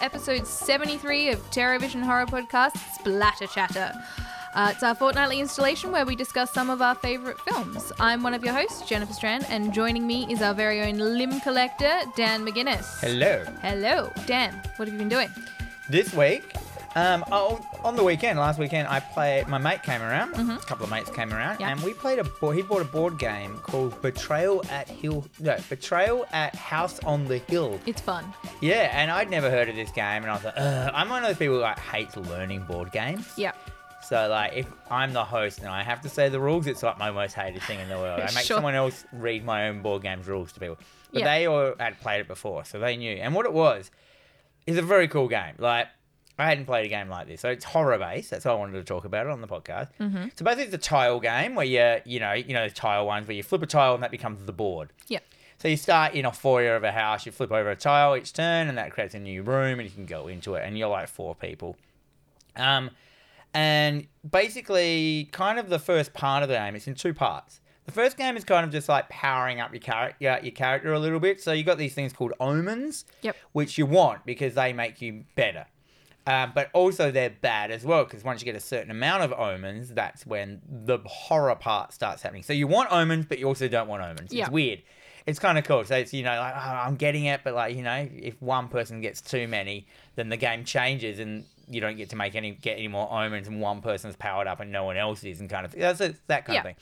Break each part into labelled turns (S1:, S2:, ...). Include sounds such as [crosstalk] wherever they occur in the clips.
S1: episode 73 of TerrorVision Horror Podcast Splatter Chatter. Uh, it's our fortnightly installation where we discuss some of our favourite films. I'm one of your hosts, Jennifer Strand, and joining me is our very own limb collector, Dan McGuinness.
S2: Hello.
S1: Hello, Dan. What have you been doing?
S2: This week, um, oh, on the weekend, last weekend, I played. My mate came around. A couple of mates came around,
S1: Yeah.
S2: and we played a. Bo- he bought a board game called Betrayal at Hill. No, Betrayal at House on the Hill.
S1: It's fun.
S2: Yeah, and I'd never heard of this game, and I was like, Ugh. I'm one of those people who like, hates learning board games.
S1: Yeah.
S2: So like, if I'm the host and I have to say the rules, it's like my most hated thing in the
S1: [laughs]
S2: world. I make
S1: Sure.
S2: someone else read my own board games rules to people. But
S1: Yeah.
S2: they all had played it before, so they knew. And what it was is a very cool game. Like I hadn't played a game like this, so it's horror based. That's why I wanted to talk about it on the podcast. Mm-hmm. So basically, it's a tile game where you you know you know those tile ones where you flip a tile and that becomes the board.
S1: Yeah.
S2: So you start in a foyer of a house, you flip over a tile each turn, and that creates a new room, and you can go into it, and you're like four people. Um, and basically, kind of the first part of the game, it's in two parts. The first game is kind of just like powering up your character, your character a little bit. So you got these things called omens,
S1: Yep.
S2: which you want because they make you better. Um, but also they're bad as well because once you get a certain amount of omens, that's when the horror part starts happening. So you want omens, but you also don't want omens.
S1: Yeah.
S2: It's weird. It's kind of cool. So it's you know like oh, I'm getting it, but like you know if one person gets too many, then the game changes and you don't get to make any get any more omens, and one person's powered up and no one else is, and kind of thing. That's it's that kind
S1: Yeah.
S2: of thing.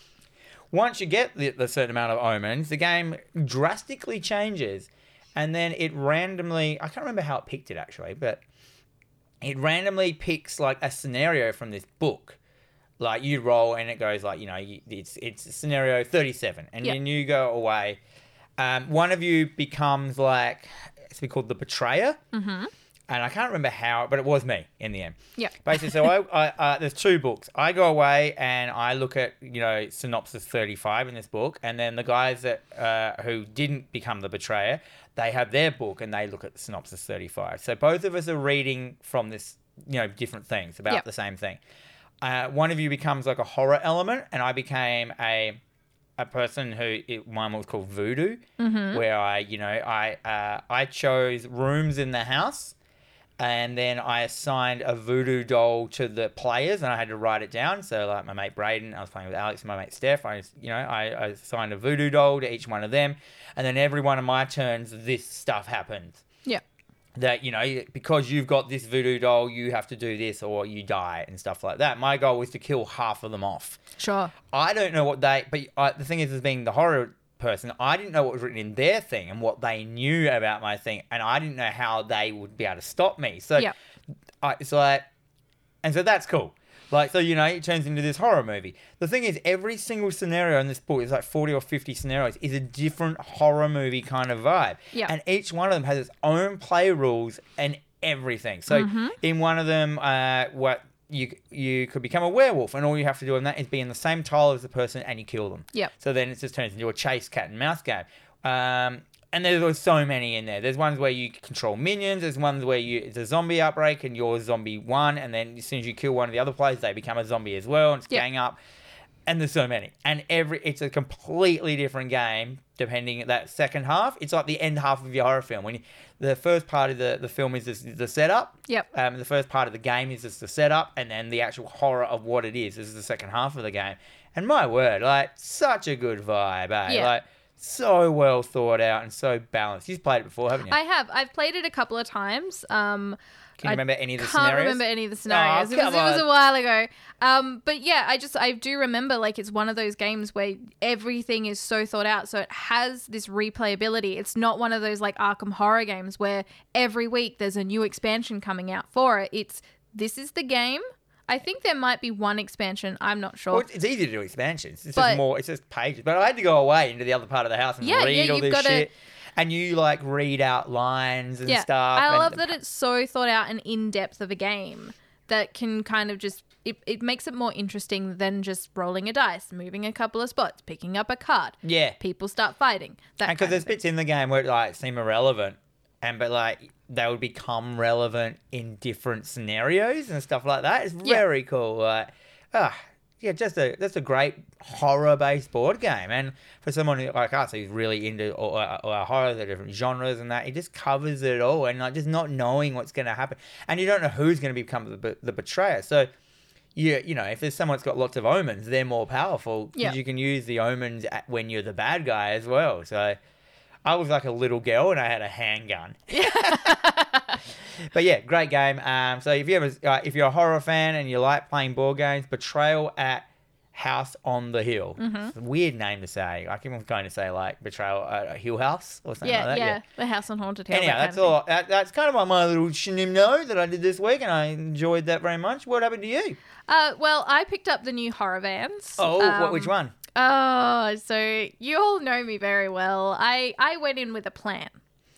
S2: Once you get the, the certain amount of omens, the game drastically changes, and then it randomly I can't remember how it picked it actually, but it randomly picks like a scenario from this book. Like you roll and it goes like you know you- it's it's scenario thirty seven, and
S1: Yeah.
S2: then you go away. Um, one of you becomes like it's been called the betrayer, mm-hmm. and I can't remember how, but it was me in the end.
S1: Yeah.
S2: Basically, so I, I uh, there's two books. I go away and I look at you know synopsis 35 in this book, and then the guys that uh, who didn't become the betrayer, they have their book and they look at synopsis 35. So both of us are reading from this you know different things about
S1: Yeah.
S2: the same thing. Uh, one of you becomes like a horror element, and I became a a person who it, mine was called voodoo, where I, you know, I uh, I chose rooms in the house, and then I assigned a voodoo doll to the players, and I had to write it down. So like my mate Braden, I was playing with Alex, and my mate Steph. I, you know, I, I assigned a voodoo doll to each one of them, and then every one of my turns, this stuff happens
S1: Yeah.
S2: that you know because you've got this voodoo doll you have to do this or you die and stuff like that my goal was to kill half of them off
S1: Sure.
S2: i don't know what they but I, the thing is as being the horror person i didn't know what was written in their thing and what they knew about my thing and i didn't know how they would be able to stop me so
S1: Yeah.
S2: I, it's like and so that's cool like so you know it turns into this horror movie the thing is every single scenario in this book is like 40 or 50 scenarios is a different horror movie kind of vibe
S1: Yeah.
S2: and each one of them has its own play rules and everything so in one of them uh what you you could become a werewolf and all you have to do on that is be in the same tile as the person and you kill them
S1: Yep.
S2: so then it just turns into a chase cat and mouse game. Um, and there's so many in there. There's ones where you control minions. There's ones where you it's a zombie outbreak and you're zombie one. And then as soon as you kill one of the other players, they become a zombie as well and it's
S1: Yeah.
S2: gang up. And there's so many. And every it's a completely different game depending at that second half. It's like the end half of your horror film. When you, the first part of the, the film is this, the setup.
S1: Yep.
S2: Um, the first part of the game is just the setup, and then the actual horror of what it is. This is the second half of the game. And my word, like, such a good vibe, eh?
S1: Yeah.
S2: Like, so well thought out and so balanced. You've played it before, haven't you?
S1: I have. I've played it a couple of times. Um,
S2: Can you
S1: I
S2: remember any of the
S1: can't
S2: scenarios? Oh,
S1: remember any of the scenarios. it, was,
S2: come
S1: it was
S2: on.
S1: a while ago. Um, but yeah, I just I do remember like it's one of those games where everything is so thought out, so it has this replayability. It's not one of those like Arkham horror games where every week there's a new expansion coming out for it. It's this is the game. I think there might be one expansion. I'm not sure.
S2: Well, it's- it's easy to do expansions. It's
S1: But-
S2: just more. It's just pages. But I had to go away into the other part of the house and
S1: Yeah, yeah,
S2: read all
S1: you've
S2: this
S1: gotta-
S2: shit. And you like read out lines and
S1: yeah,
S2: stuff.
S1: I
S2: and
S1: love
S2: the-
S1: that it's so thought out and in depth of a game that can kind of just it, it makes it more interesting than just rolling a dice, moving a couple of spots, picking up a card.
S2: Yeah.
S1: people start fighting. That kind
S2: And because there's
S1: of thing.
S2: bits in the game where it like seem irrelevant, and but like they would become relevant in different scenarios and stuff like that. It's
S1: Yeah.
S2: very cool. Like, ah, yeah, just a that's a great horror-based board game, and for someone who, like us who's really into or, or, or horror, the different genres and that, it just covers it all, and like just not knowing what's going to happen, and you don't know who's going to become the, be- the betrayer. So, you you know, if there's someone that's got lots of omens, they're more powerful because
S1: Yeah.
S2: you can use the omens at, when you're the bad guy as well. So, I was like a little girl and I had a handgun. But yeah, great game. Um, so if you ever, uh, if you're a horror fan and you like playing board games, Betrayal at House on the Hill.
S1: Mm-hmm.
S2: It's a weird name to say. I keep on going to say like Betrayal at Hill House or something
S1: yeah,
S2: like that.
S1: yeah, The House on Haunted Hill.
S2: Anyhow,
S1: that
S2: that's
S1: kind of
S2: all. That, that's kind of my, my little know that I did this week, and I enjoyed that very much. What happened to you?
S1: thing. Uh, well, I picked up the new horror vans.
S2: Oh, what,
S1: Um,
S2: which one?
S1: Oh, so you all know me very well. I I went in with a plan.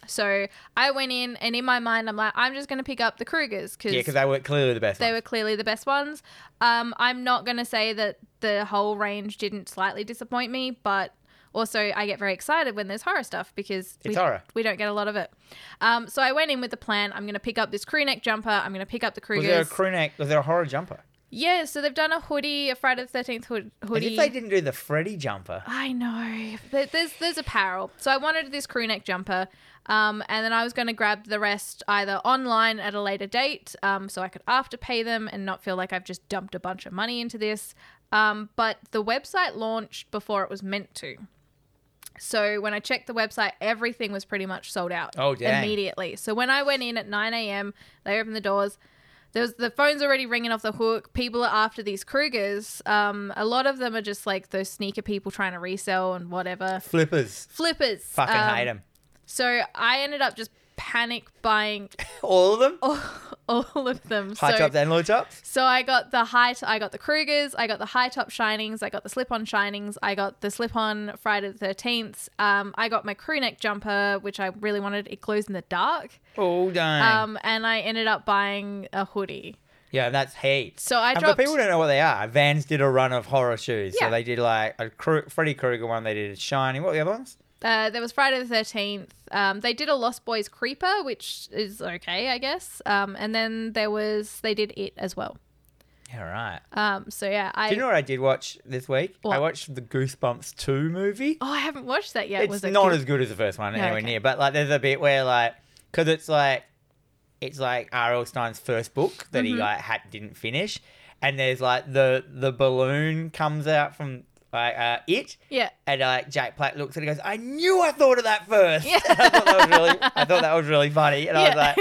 S1: So I went in, and in my mind, I'm like, I'm just going to pick up the Krugers
S2: Yeah, because they were clearly the best.
S1: they
S2: ones.
S1: were clearly the best ones. Um, I'm not going to say that the whole range didn't slightly disappoint me, but also I get very excited when there's horror stuff because we,
S2: It's horror.
S1: we don't get a lot of it. Um, so I went in with the plan. I'm going to pick up this crew neck jumper. I'm going to pick up the Krugers.
S2: was there a crew neck? Was there a horror jumper?
S1: yeah, so they've done a hoodie, a Friday the 13th hood-
S2: As
S1: hoodie.
S2: if they didn't do the Freddy jumper.
S1: I know. There- There's there's apparel. So I wanted this crew neck jumper, um, and then I was going to grab the rest either online at a later date, um, so I could afterpay them and not feel like I've just dumped a bunch of money into this. Um, but the website launched before it was meant to. So when I checked the website, everything was pretty much sold out
S2: Oh, dang.
S1: immediately. So when I went in at 9 a.m., they opened the doors. There was, the phone's already ringing off the hook. People are after these Krugers. Um, a lot of them are just like those sneaker people trying to resell and whatever.
S2: Flippers.
S1: Flippers.
S2: Fucking hate 'em.
S1: um,
S2: hate them.
S1: So I ended up just panic buying [laughs]
S2: All of them.
S1: all, all of them.
S2: High
S1: so,
S2: tops and low tops.
S1: so I got the high, t- I got the Krugers, I got the high top shinings, I got the slip on shinings, I got the slip on Friday the 13th. Um, I got my crew neck jumper, which I really wanted. It glows in the dark.
S2: Oh dang!
S1: Um, and I ended up buying a hoodie.
S2: yeah, that's heaps.
S1: So I
S2: and
S1: dropped.
S2: for people who don't know what they are, Vans did a run of horror shoes.
S1: Yeah.
S2: So they did like a Kru- Freddy Krueger one. They did a Shining. What were the other ones?
S1: Uh, there was Friday the 13th. Um, they did a Lost Boys Creeper, which is okay, I guess. Um, and then there was, they did It as well.
S2: Yeah, right.
S1: Um, so yeah, I.
S2: Do you know what I did watch this week? I
S1: What?
S2: watched the Goosebumps two movie.
S1: oh, I haven't watched that yet.
S2: it's
S1: was it
S2: not
S1: good?
S2: as good as the first one,
S1: No,
S2: anywhere
S1: okay.
S2: near. But like, there's a bit where like, because it's like, it's like R.L. Stein's first book that he
S1: Mm-hmm.
S2: like had didn't finish, and there's like the the balloon comes out from like uh, it,
S1: Yeah.
S2: And like Jack Platt looks at it and goes, I knew I thought of that first. [laughs] I, thought that was really, I thought that was really funny. And I
S1: Yeah.
S2: was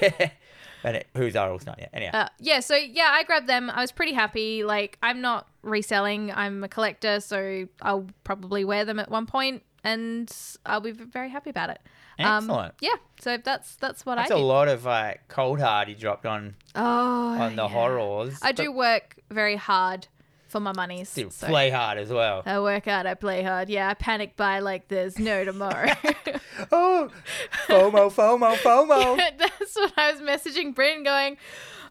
S2: like, [laughs] and it, who's Arnold's not yet? Anyhow.
S1: Uh, yeah, so yeah, I grabbed them. I was pretty happy. Like, I'm not reselling, I'm a collector, so I'll probably wear them at one point and I'll be very happy about it. Um,
S2: Excellent.
S1: yeah, so that's that's what
S2: that's
S1: I
S2: a
S1: did.
S2: lot of like cold hard he dropped on
S1: oh,
S2: on the
S1: yeah.
S2: horrors.
S1: I do work very hard for my monies.
S2: but
S1: so-
S2: play hard as well.
S1: I work hard, I play hard. Yeah, I panic buy like there's no
S2: [laughs]
S1: tomorrow. [laughs]
S2: [gasps] Oh, FOMO, FOMO,
S1: [laughs]
S2: FOMO.
S1: That's what I was messaging Bryn going,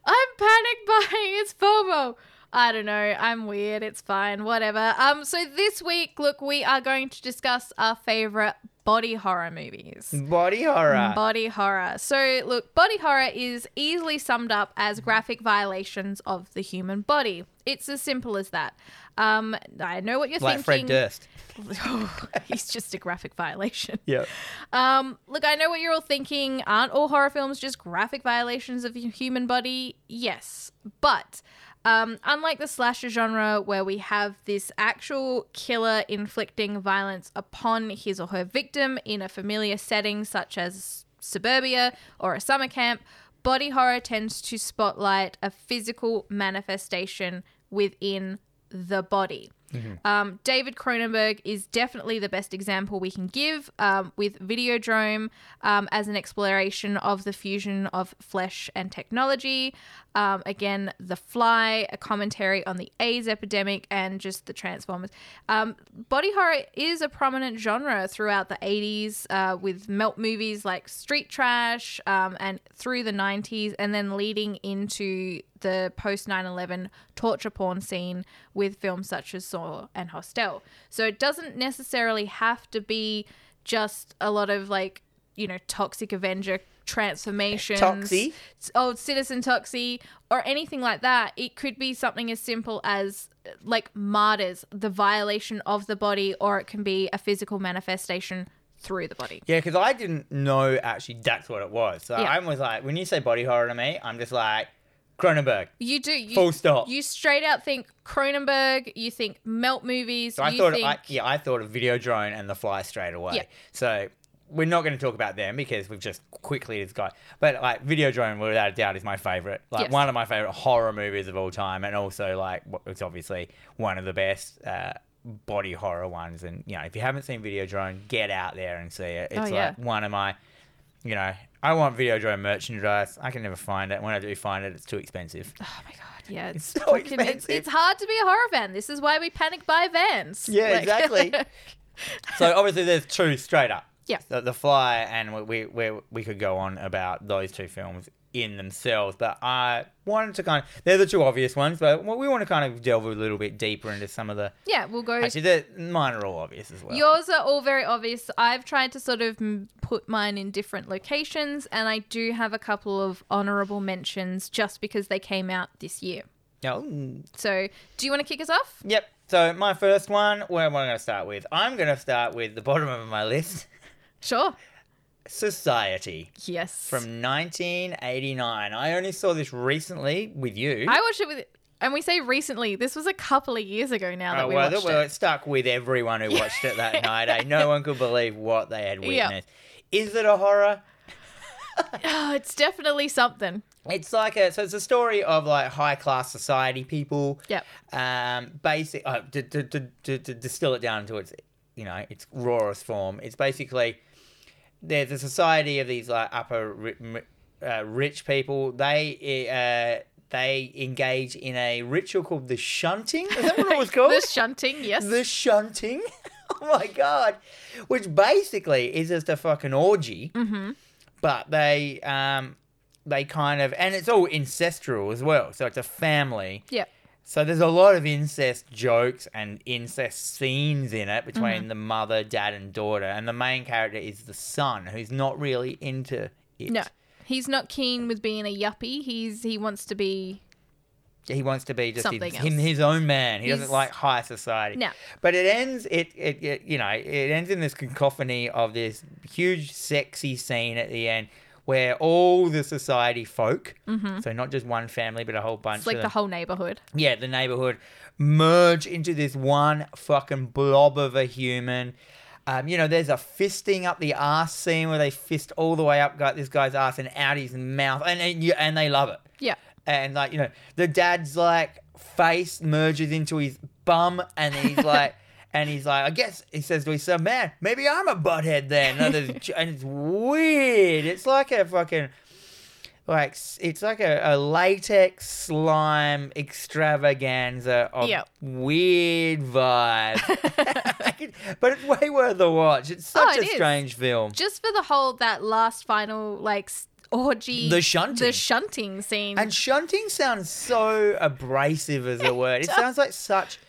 S1: I'm panic buying, it's FOMO. I don't know, I'm weird, it's fine, whatever. Um, so this week, look, we are going to discuss our favorite body horror movies.
S2: Body horror.
S1: Body horror. So, look, body horror is easily summed up as graphic violations of the human body. It's as simple as that. Um, I know what you're
S2: like Fred
S1: thinking. Oh,
S2: Durst.
S1: [laughs] he's just a graphic violation.
S2: Yeah.
S1: Um, look, I know what you're all thinking. Aren't all horror films just graphic violations of the human body? Yes. But um, unlike the slasher genre, where we have this actual killer inflicting violence upon his or her victim in a familiar setting, such as suburbia or a summer camp, body horror tends to spotlight a physical manifestation within the body. Um, David Cronenberg is definitely the best example we can give um, with Videodrome um, as an exploration of the fusion of flesh and technology. Um, again, The Fly, a commentary on the AIDS epidemic and just the Transformers. Um, body horror is a prominent genre throughout the 80s uh, with melt movies like Street Trash um, and through the 90s and then leading into the post 9 11 torture porn scene with films such as Saw and Hostel. So it doesn't necessarily have to be just a lot of like, you know, toxic Avenger transformations,
S2: Toxie.
S1: s- old citizen Toxie, or anything like that. It could be something as simple as uh, like martyrs, the violation of the body, or it can be a physical manifestation through the body.
S2: Yeah, because I didn't know actually that's what it was. So
S1: Yeah.
S2: I was like, when you say body horror to me, I'm just like Cronenberg.
S1: You do. You,
S2: Full stop.
S1: You straight out think Cronenberg. You think melt movies.
S2: So I
S1: you
S2: thought,
S1: think,
S2: I, yeah, I thought of Video Drone and The Fly straight away.
S1: Yeah.
S2: So we're not going to talk about them because we've just quickly got. But like Video Drone, without a doubt, is my favorite. Like
S1: Yes.
S2: one of my favorite horror movies of all time, and also like w- it's obviously one of the best uh, body horror ones. And you know, if you haven't seen Video Drone, get out there and see it. It's
S1: Oh,
S2: like
S1: yeah.
S2: one of my, you know. I want Video Drone merchandise. I can never find it. When I do find it, it's
S1: [laughs]
S2: too expensive.
S1: Oh my god, yeah, it's,
S2: [laughs] so
S1: fucking- it's-
S2: expensive.
S1: It's, hard to be a horror fan. This is why we panic buy vans.
S2: Yeah,
S1: Like-
S2: exactly.
S1: [laughs]
S2: so obviously, there's two straight up.
S1: Yeah.
S2: The, the Fly, and we, we we we could go on about those two films in themselves, but I wanted to kind of they're the two obvious ones, but we want to kind of delve a little bit deeper into some of the
S1: [laughs] yeah, we'll go.
S2: actually the mine are all obvious as well.
S1: Yours are all very obvious. I've tried to sort of mm, put mine in different locations, and I do have a couple of honorable mentions just because they came out this year.
S2: Yeah, mm,
S1: So, do you want to kick us off?
S2: Yep. So my first one, where am I going to start with? I'm going to start with the bottom of my list,
S1: Sure.
S2: Society
S1: Yes.
S2: from 1989. I only saw this recently with you.
S1: I watched it with, and we say recently. This was a couple of years ago now that
S2: Oh,
S1: we
S2: well,
S1: watched
S2: well,
S1: it.
S2: it stuck with everyone who watched
S1: [laughs]
S2: it that night. Eh? No one could believe what they had
S1: Yeah.
S2: witnessed. Is it a horror?
S1: [laughs] Oh, it's definitely something.
S2: It's like a so it's a story of like high class society people.
S1: Yep.
S2: Um, basic uh, to, to, to, to, to distill it down to its you know its rawest form. It's basically there's a society of these like upper ri- m- uh, rich people. They uh, they engage in a ritual called the shunting. Is that
S1: [laughs]
S2: what it was called?
S1: The shunting, yes.
S2: Oh. The shunting. [laughs] oh my god. Which basically is just a fucking orgy. Mm-hmm. But they um they kind of and it's all ancestral as well. So it's a family.
S1: yep.
S2: So there's a lot of incest jokes and incest scenes in it between
S1: Mm-hmm.
S2: the mother, dad and daughter. And the main character is the son who's not really into it.
S1: No, he's not keen with being a yuppie. He's he wants to be
S2: he wants to be just
S1: Something
S2: his, him,
S1: else.
S2: his own man. He
S1: He's-
S2: doesn't like high society.
S1: No.
S2: But it ends it, it it you know it ends in this cacophony of this huge sexy scene at the end where all the society folk, so not just one family but a whole bunch
S1: Mm-hmm. it's like
S2: of
S1: the
S2: them,
S1: whole neighborhood.
S2: yeah the neighborhood merge into this one fucking blob of a human. Um, you know, there's a fisting up the ass scene where they fist all the way up guy- this guy's ass and out his mouth, and and, you- and they love it
S1: Yeah.
S2: and like you know the dad's like face merges into his bum
S1: [laughs]
S2: and he's like and he's like i guess he says to his son man maybe i'm a butthead then and, there's- and it's weird it's like a fucking like s- it's like a, a latex slime extravaganza of
S1: Yep. [laughs]
S2: weird vibe [laughs] but it's way worth a watch it's
S1: Oh,
S2: such
S1: it
S2: a
S1: is.
S2: strange film
S1: Just for the whole that last final like s- orgy,
S2: The shunting.
S1: the shunting scene.
S2: And shunting sounds so abrasive as a
S1: [laughs]
S2: word. It
S1: does.
S2: sounds like such.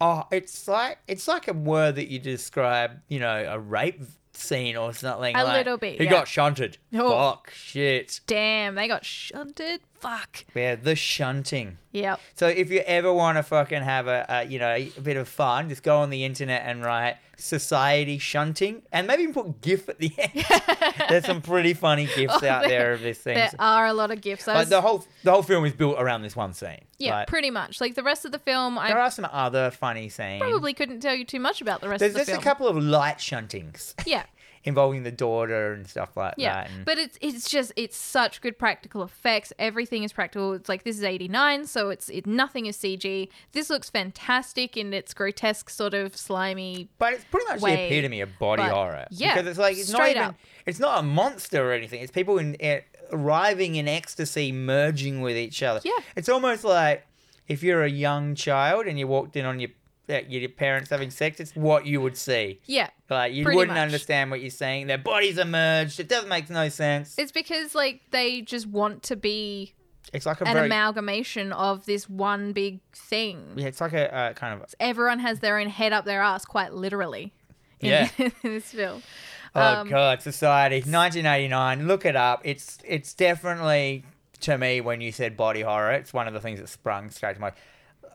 S2: Oh, it's like it's like a word that you describe, you know, a rape scene or something.
S1: A
S2: like,
S1: little bit,
S2: He
S1: yeah.
S2: got shunted.
S1: Oh.
S2: Fuck shit.
S1: Damn, they got shunted. Fuck.
S2: Yeah, the shunting.
S1: Yep.
S2: So if you ever want to fucking have a, a you know a bit of fun, just go on the internet and write society shunting, and maybe put GIF at the end.
S1: [laughs]
S2: There's some pretty funny GIFs
S1: Oh,
S2: out
S1: there-
S2: there of this thing.
S1: There are a lot of gifts. I
S2: Like
S1: was-
S2: the whole the whole film is built around this one scene.
S1: yeah,
S2: Like,
S1: pretty much. Like the rest of the film, I
S2: There are some other funny scenes.
S1: probably couldn't tell you too much about the rest
S2: There's
S1: of the
S2: just
S1: film.
S2: a couple of light shuntings [laughs]
S1: yeah.
S2: involving the daughter and stuff like
S1: Yeah,
S2: that. And
S1: but it's it's just it's such good practical effects. Everything is practical. It's like this is eighty nine, so it's it nothing is CG. This looks fantastic in its grotesque sort of slimy.
S2: but it's pretty much the
S1: Way-
S2: epitome of body
S1: but-
S2: horror.
S1: yeah,
S2: because it's like it's not
S1: straight
S2: even
S1: up.
S2: it's not a monster or anything. It's people in eh, arriving in ecstasy, merging with each other.
S1: Yeah.
S2: it's almost like if you're a young child and you walked in on your eh, your parents having sex. It's what you would see.
S1: Yeah,
S2: Like you
S1: Pretty
S2: wouldn't
S1: much.
S2: understand what you're seeing. Their bodies are merged. It doesn't make no sense.
S1: it's because like they just want to be
S2: It's like a
S1: an
S2: very
S1: amalgamation of this one big thing.
S2: yeah. It's like a uh, kind of
S1: Everyone has their own head up their ass, quite literally. In,
S2: Yeah.
S1: in [laughs] this film.
S2: Oh
S1: Um,
S2: God, Society, 1989. Look it up. It's it's definitely to me when you said body horror, it's one of the things that sprung straight to my,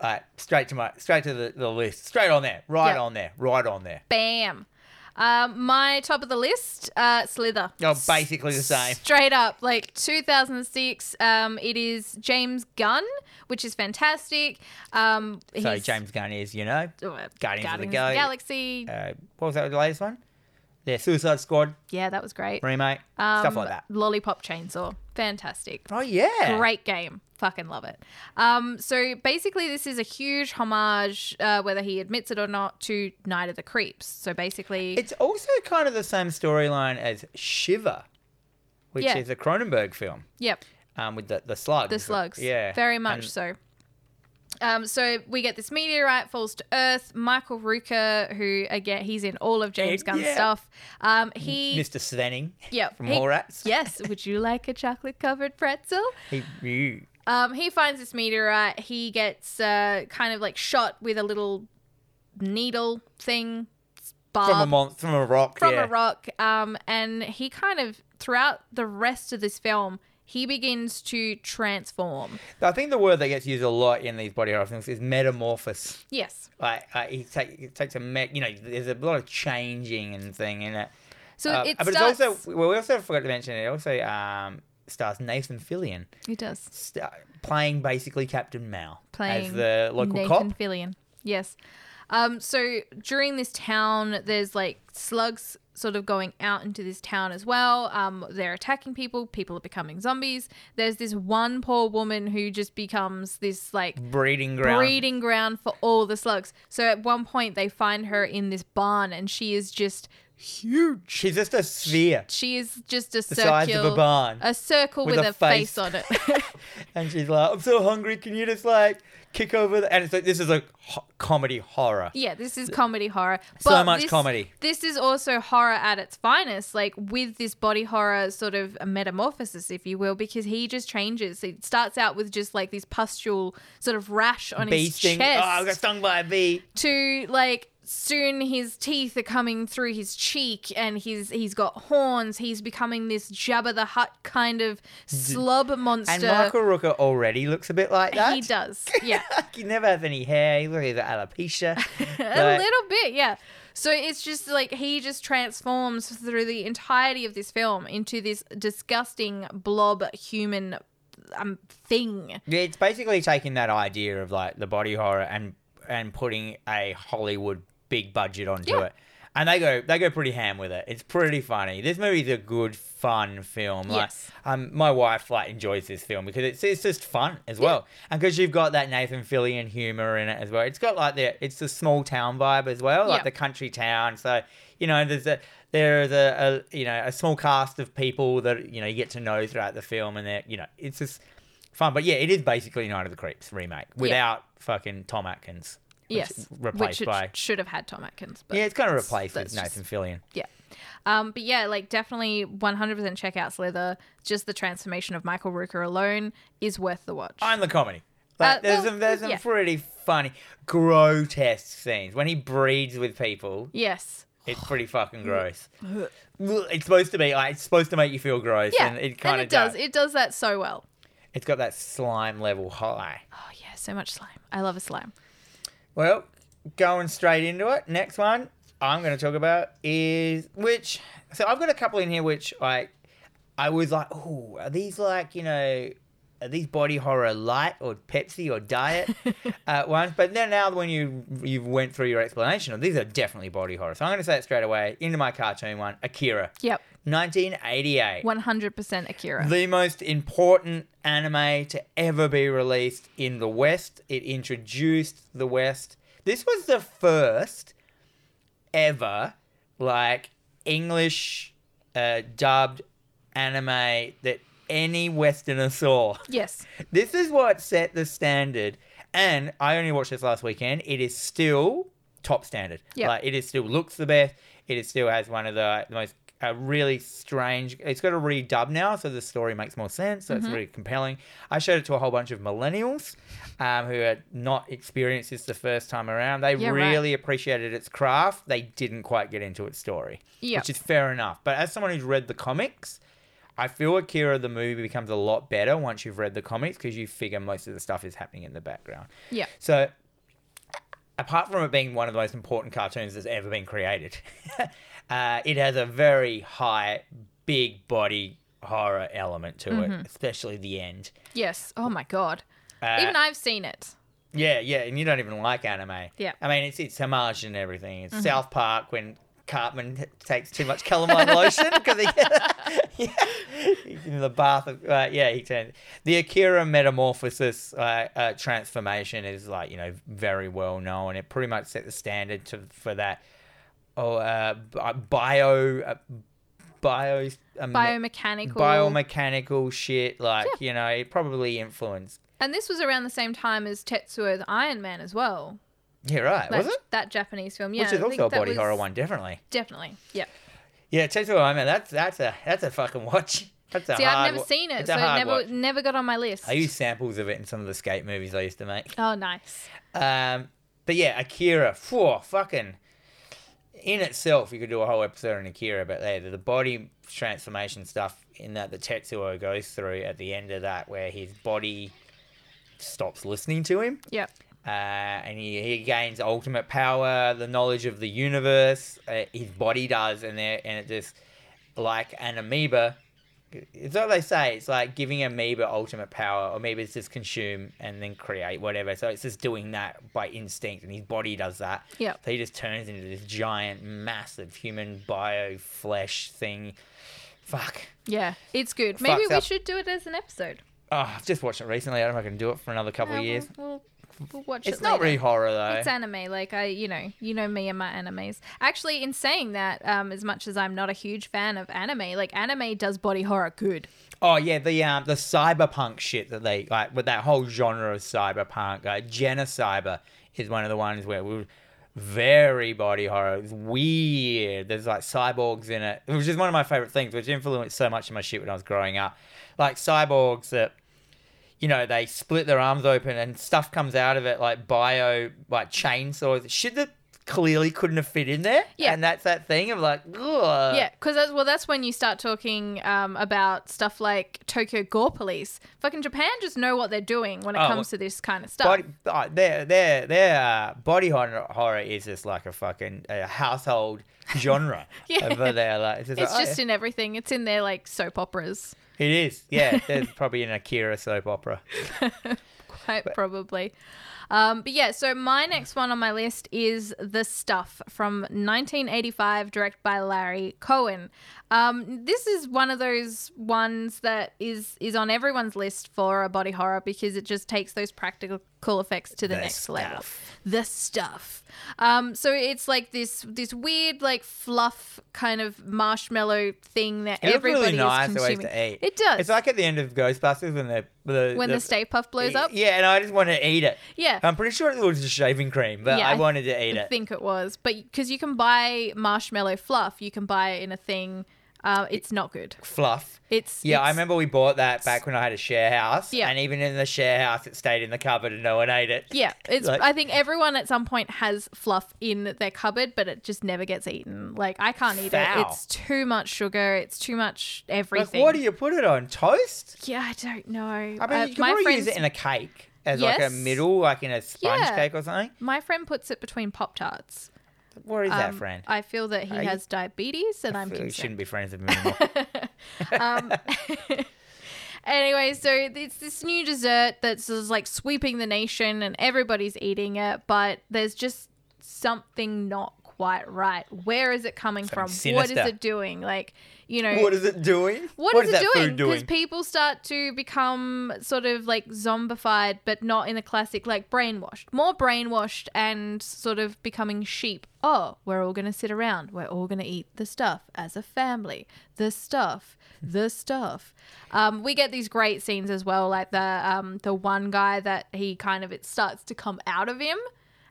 S2: uh, straight to my, straight to the, the list, straight on there, right
S1: Yeah.
S2: on there, right on there.
S1: Bam. Um, my top of the list, uh, Slither.
S2: Oh, basically the same.
S1: Straight up, like 2006. Um, it is James Gunn, which is fantastic. Um,
S2: So
S1: he's-
S2: James Gunn is, you know,
S1: uh,
S2: Guardians of the Gal-
S1: Galaxy.
S2: uh, what was that the latest one? Yeah, Suicide Squad
S1: yeah, that was great.
S2: remake,
S1: Um,
S2: stuff like that.
S1: Lollipop Chainsaw. Fantastic.
S2: Oh yeah,
S1: Great game. Fucking love it. Um, so basically, this is a huge homage, uh, whether he admits it or not, to Night of the Creeps. So basically,
S2: It's also kind of the same storyline as Shiver, which
S1: Yeah.
S2: is a Cronenberg film.
S1: yep.
S2: um, with the the slugs.
S1: the slugs.
S2: Yeah,
S1: very much
S2: And
S1: so. Um, so we get this meteorite falls to Earth. Michael Rooker, who again he's in all of James
S2: Eh,
S1: Gunn's
S2: yeah.
S1: stuff. Um, he,
S2: Mr. Svenning
S1: yeah,
S2: from
S1: he-
S2: Mallrats.
S1: Yes, would you like a chocolate covered pretzel?
S2: He, you-
S1: Um, he finds this meteorite. He gets uh, kind of like shot with a little needle thing, barb
S2: from a mon- from a rock.
S1: Uh, from
S2: yeah.
S1: a rock. Um, and he kind of throughout the rest of this film, he begins to transform.
S2: I think the word that gets used a lot in these body horror films is metamorphosis.
S1: Yes.
S2: Like uh, he, take, he takes a me- you know, there's a lot of changing and thing in it.
S1: So
S2: Uh,
S1: it
S2: but
S1: starts.
S2: it's also well, we also forgot to mention it. Also um, stars Nathan Fillion
S1: He does.
S2: st- playing basically Captain Mal as
S1: Playing
S2: the local
S1: Nathan
S2: cop.
S1: Fillion. Yes. Um, so during this town, there's like slugs sort of going out into this town as well. Um, they're attacking people. People are becoming zombies. There's this one poor woman who just becomes this like
S2: Breeding Mm, ground.
S1: breeding ground for all the slugs. So at one point, they find her in this barn, and she is just huge.
S2: She's just a sphere
S1: She is just a
S2: the
S1: circle,
S2: size of a barn.
S1: a circle with, a, face. on
S2: [laughs]
S1: it.
S2: And she's like, I'm so hungry. Can you just like kick over? The-? And it's like, this is like ho- comedy horror.
S1: Yeah, this is comedy horror.
S2: So much
S1: this-
S2: comedy.
S1: This is also horror at its finest, like with this body horror sort of metamorphosis, if you will, because he just changes. It starts out with just like this pustule sort of rash on
S2: Bee
S1: his
S2: sting.
S1: chest
S2: Oh, I got stung by a bee.
S1: to like soon his teeth are coming through his cheek and he's he's got horns. He's becoming this Jabba the Hutt kind of slob monster.
S2: And Michael Rooker already looks a bit like that.
S1: he does. Yeah.
S2: [laughs] Like, he never has any hair. He looks like he's got alopecia.
S1: [laughs] a
S2: Like,
S1: little bit, yeah. So it's just like he just transforms through the entirety of this film into this disgusting blob human um thing.
S2: yeah, it's basically taking that idea of like the body horror and and putting a Hollywood big budget onto
S1: Yeah.
S2: it. And they go they go pretty ham with it. It's pretty funny. This movie's a good fun film. Like,
S1: Yes.
S2: um, my wife like enjoys this film because it's it's just fun as well, and because you've got that Nathan Fillion humor in it as well. It's got like the it's the small town vibe as well, like
S1: Yeah.
S2: the country town. So you know there's a there is a, a you know a small cast of people that you know you get to know throughout the film, and they're you know it's just fun. But yeah, it is basically Night of the Creeps remake without fucking Tom Atkins. which
S1: yes.
S2: replaced
S1: which it
S2: by.
S1: sh- should have had Tom Atkins. But
S2: Yeah, it's kind of replaced with
S1: that's just-
S2: Nathan Fillion.
S1: yeah. Um, but yeah, like definitely 100% check out Slither. Just the transformation of Michael Rooker alone is worth the watch.
S2: and the comedy. Like,
S1: Uh,
S2: there's
S1: well,
S2: some there's some
S1: yeah.
S2: pretty funny, grotesque scenes when he breeds with people.
S1: yes.
S2: It's pretty fucking gross. It's supposed to be like it's supposed to make you feel gross,
S1: Yeah.
S2: and it kind
S1: and
S2: of
S1: it does. It does that so well.
S2: It's got that slime level high.
S1: Oh, yeah. So much slime. I love a slime.
S2: Well, going straight into it. Next one I'm going to talk about is which. So I've got a couple in here which I I was like, oh, are these like you know, are these body horror light or Pepsi
S1: [laughs]
S2: or diet uh, ones? But then now when you you went through your explanation of these are definitely body horror. So I'm going to say it straight away into my cartoon one, Akira,
S1: Yep.
S2: 1988.
S1: 100% Akira.
S2: The most important anime to ever be released in the West. It introduced the West. This was the first ever, like, English uh, dubbed anime that any Westerner saw.
S1: yes.
S2: This is what set the standard. And I only watched this last weekend. It is still top standard.
S1: Yep.
S2: Like, it is still looks the best. It is still has one of the most a really strange. It's got a redub now, so the story makes more sense. So
S1: Mm-hmm.
S2: it's really compelling. I showed it to a whole bunch of millennials um, who had not experienced this the first time around. They
S1: Yeah, right.
S2: really appreciated its craft. They didn't quite get into its story,
S1: Yeah.
S2: which is fair enough. But as someone who's read the comics, I feel Akira the movie becomes a lot better once you've read the comics because you figure most of the stuff is happening in the background.
S1: Yeah.
S2: So, apart from it being one of the most important cartoons that's ever been created, [laughs] uh, it has a very high, big body horror element to it, especially the end.
S1: Yes. Oh my god.
S2: Uh,
S1: Even I've seen it.
S2: yeah, yeah, and you don't even like anime.
S1: Yeah. Mm-hmm.
S2: I mean, it's it's homage and everything. It's South Park when Cartman t- takes too much calamine lotion because he, [laughs] yeah, he's in the bath. Of, uh, yeah, he turns the Akira metamorphosis uh, uh, transformation is like you know very well known. It pretty much set the standard to for that. Oh, uh, bi- bio, uh, bio, um,
S1: Biomechanical.
S2: biomechanical shit. Like you know, it probably influenced.
S1: and this was around the same time as Tetsuo the Iron Man as well.
S2: Yeah, right.
S1: That,
S2: was it?
S1: that Japanese film? Yeah.
S2: Which is
S1: I think
S2: also a
S1: that
S2: body
S1: was-
S2: horror one, definitely.
S1: Definitely. Yeah.
S2: Yeah, Tetsuo Ironman. That's that's a that's a fucking watch. [laughs] That's a
S1: See,
S2: hard.
S1: I've never
S2: wa-
S1: seen it,
S2: it's
S1: so
S2: a
S1: it
S2: hard
S1: never
S2: watch.
S1: never got on my list. [laughs]
S2: I used samples of it in some of the skate movies I used to make.
S1: Oh, nice.
S2: Um, but yeah, Akira. Phew, fucking. In itself, you could do a whole episode on Akira, but yeah, the body transformation stuff in that the Tetsuo goes through at the end of that, where his body stops listening to him
S1: Yep.
S2: uh, and he, he gains ultimate power, the knowledge of the universe. Uh, his body does, and there and it just like an amoeba. It's what they say. It's like giving amoeba ultimate power. Amoebas just consume and then create whatever. So it's just doing that by instinct, and his body does that.
S1: Yep.
S2: So he just turns into this giant, massive human bio flesh thing. Fuck.
S1: Yeah. It's good. Maybe
S2: Fucks
S1: we
S2: up.
S1: should do it as an episode.
S2: Oh, I've just watched it recently. I don't know if I can do it for another couple
S1: Uh,
S2: of years.
S1: We'll, we'll, we'll watch
S2: It's
S1: it.
S2: not
S1: later.
S2: really horror though.
S1: It's anime, like I, you know, you know me and my animes. Actually, in saying that, um, as much as I'm not a huge fan of anime, like anime does body horror good.
S2: Oh yeah, the um the cyberpunk shit that they like with that whole genre of cyberpunk. Uh, Genocyber is one of the ones where we very body horror. It's weird. There's like cyborgs in it, which is one of my favorite things, which influenced so much of my shit when I was growing up. Like cyborgs that you know, they split their arms open and stuff comes out of it like bio, like chainsaws, shit that clearly couldn't have fit in there.
S1: Yeah.
S2: And that's that thing of like, ugh.
S1: Yeah, because that's well, that's when you start talking um, about stuff like Tokyo Gore Police. Fucking Japan just know what they're doing when it
S2: Oh,
S1: comes to this kind of stuff.
S2: Body, uh, their their their uh, body horror, horror is just like a fucking uh, household genre
S1: [laughs] Yeah.
S2: over there. Like it's just,
S1: it's
S2: like, oh,
S1: just in everything. It's in their like soap operas,
S2: yeah. it is. Yeah, there's probably an Akira soap opera.
S1: quite probably. Um, but yeah, so my next one on my list is The Stuff from 1985, directed by Larry Cohen. Um, this is one of those ones that is is on everyone's list for a body horror because it just takes those practical effects to the,
S2: The
S1: next level.
S2: Stuff.
S1: the stuff. Um, so it's like this this weird like fluff kind of marshmallow thing that
S2: It looks
S1: everybody
S2: really nice
S1: is
S2: the ways
S1: consuming.
S2: to eat.
S1: It does.
S2: It's like at the end of Ghostbusters when the, the
S1: when the, Stay Puff blows up.
S2: Yeah, and I just want to eat it.
S1: Yeah.
S2: I'm pretty sure it was just shaving cream, but
S1: Yeah,
S2: I
S1: I
S2: wanted to eat
S1: I
S2: it.
S1: think it was, but because you can buy marshmallow fluff, you can buy it in a thing. Uh, it's not good.
S2: Fluff.
S1: It's
S2: Yeah, I
S1: it's-
S2: remember we bought that back when I had a share house.
S1: Yeah.
S2: And even in the share house, it stayed in the cupboard and no one ate it.
S1: Yeah, it's.
S2: Like-
S1: I think everyone at some point has fluff in their cupboard, but it just never gets eaten. Like I can't eat
S2: Foul.
S1: it. It's too much sugar. It's too much everything.
S2: Like, what do you put it on? Toast?
S1: yeah, I don't know.
S2: I mean,
S1: Uh,
S2: you can probably use it
S1: friends-
S2: in a cake as like
S1: Yes.
S2: a middle, like in a sponge
S1: Yeah.
S2: cake or something.
S1: My friend puts it between Pop Tarts.
S2: What is that,
S1: Um,
S2: friend?
S1: I feel that he
S2: Are you-
S1: has diabetes and I'm
S2: We shouldn't
S1: concerned.
S2: be
S1: [laughs]
S2: friends with me anymore.
S1: Anyway, so it's this new dessert that's just like sweeping the nation and everybody's eating it, but there's just something not quite right. Where is it coming from?
S2: Something
S1: What is
S2: sinister.
S1: it doing? Like, you know,
S2: what is it doing?
S1: what is, it doing? Because people start to become sort of like zombified, but not in the classic like brainwashed, more brainwashed and sort of becoming sheep. Oh, we're all gonna sit around. We're all gonna eat the stuff as a family. The stuff, the stuff. Um, we get these great scenes as well, like the um, the one guy that he kind of it starts to come out of him.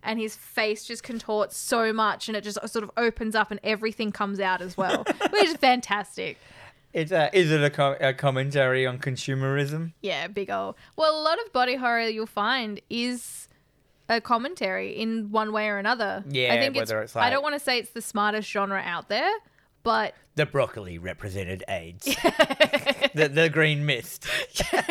S1: and his face just contorts so much and it just sort of opens up and everything comes out as [laughs] well, which is fantastic.
S2: It's a, is it a, co- a commentary on consumerism?
S1: Yeah, big ol'. Well, a lot of body horror you'll find is a commentary in one way or another.
S2: Yeah,
S1: I think
S2: whether
S1: it's,
S2: it's like-
S1: I don't want to say it's the smartest genre out there, but
S2: The broccoli represented
S1: [laughs]
S2: AIDS. the, the green mist. yeah,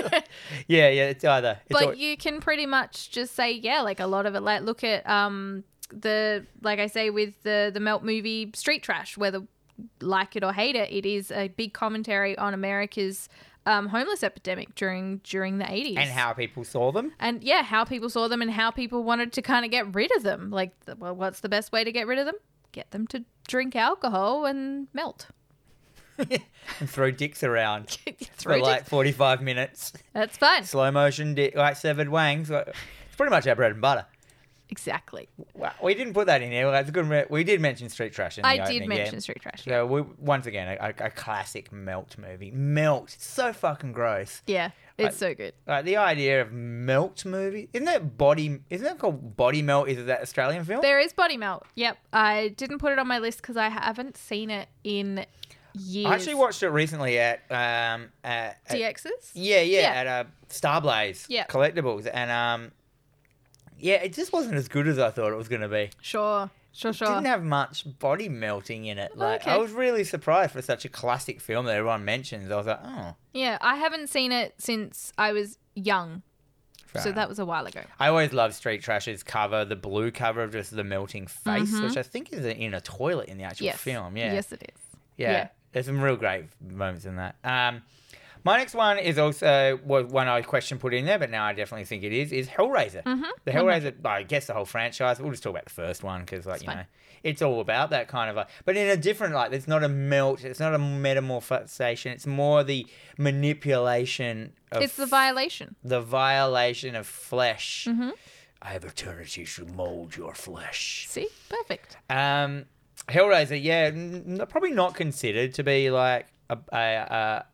S2: yeah, it's either. It's
S1: but
S2: al-
S1: you can pretty much just say yeah, like a lot of it. Like look at um the like I say with the the melt movie Street Trash, whether like it or hate it, it is a big commentary on America's um, homeless epidemic during during the eighties
S2: and how people saw them. [laughs]
S1: and yeah, how people saw them and how people wanted to kind of get rid of them. Like, th- well, what's the best way to get rid of them? Get them to drink alcohol and melt. [laughs]
S2: and throw dicks around
S1: Throw
S2: for like
S1: dick-
S2: 45 minutes.
S1: That's fine.
S2: Slow motion, dick, like severed wangs. like- It's pretty much our bread and butter.
S1: Exactly.
S2: Wow, we didn't put that in there. That's a good. Re- we did mention street trash in the
S1: I
S2: opening,
S1: did mention
S2: Yeah.
S1: street trash.
S2: So we, once again, a, a, a classic melt movie. Melt, it's so fucking gross.
S1: Yeah, it's so good.
S2: Like the idea of melt movie, isn't that body? Isn't that called body melt? Is it that Australian film?
S1: There is body melt. Yep. I didn't put it on my list because I haven't seen it in years.
S2: I actually watched it recently at um at, at-
S1: DX's.
S2: yeah, yeah
S1: Yeah.
S2: at uh, Starblaze
S1: Yeah.
S2: collectibles and um yeah it just wasn't as good as I thought it was gonna be.
S1: Sure. Sure. Sure.
S2: Didn't have much body melting in it. Like I
S1: okay.
S2: was really surprised for such a classic film that everyone mentions. I was like, oh,
S1: yeah, I haven't seen it since I was young.
S2: fair
S1: so
S2: enough.
S1: that was a while ago.
S2: I always love Street Trash's cover, the blue cover of just the melting face, which I think is in a toilet in the
S1: Mm-hmm.
S2: actual
S1: Yes.
S2: film. Yeah.
S1: Yes, it is.
S2: yeah.
S1: yeah.
S2: There's some real great moments in that. Um, my next one is also was one I question put in there, but now I definitely think it is is Hellraiser.
S1: Mm-hmm.
S2: The Hellraiser, I guess the whole franchise. We'll just talk about the first one because, like,
S1: It's
S2: you
S1: fine.
S2: know, it's all about that kind of like, but in a different like. It's not a melt. It's not a metamorphosation. It's more the manipulation. Of
S1: It's the violation.
S2: the violation of flesh.
S1: Mm-hmm.
S2: I have eternity to mold your flesh.
S1: See? Perfect.
S2: Um, Hellraiser, yeah, n- n- probably not considered to be like a a, a,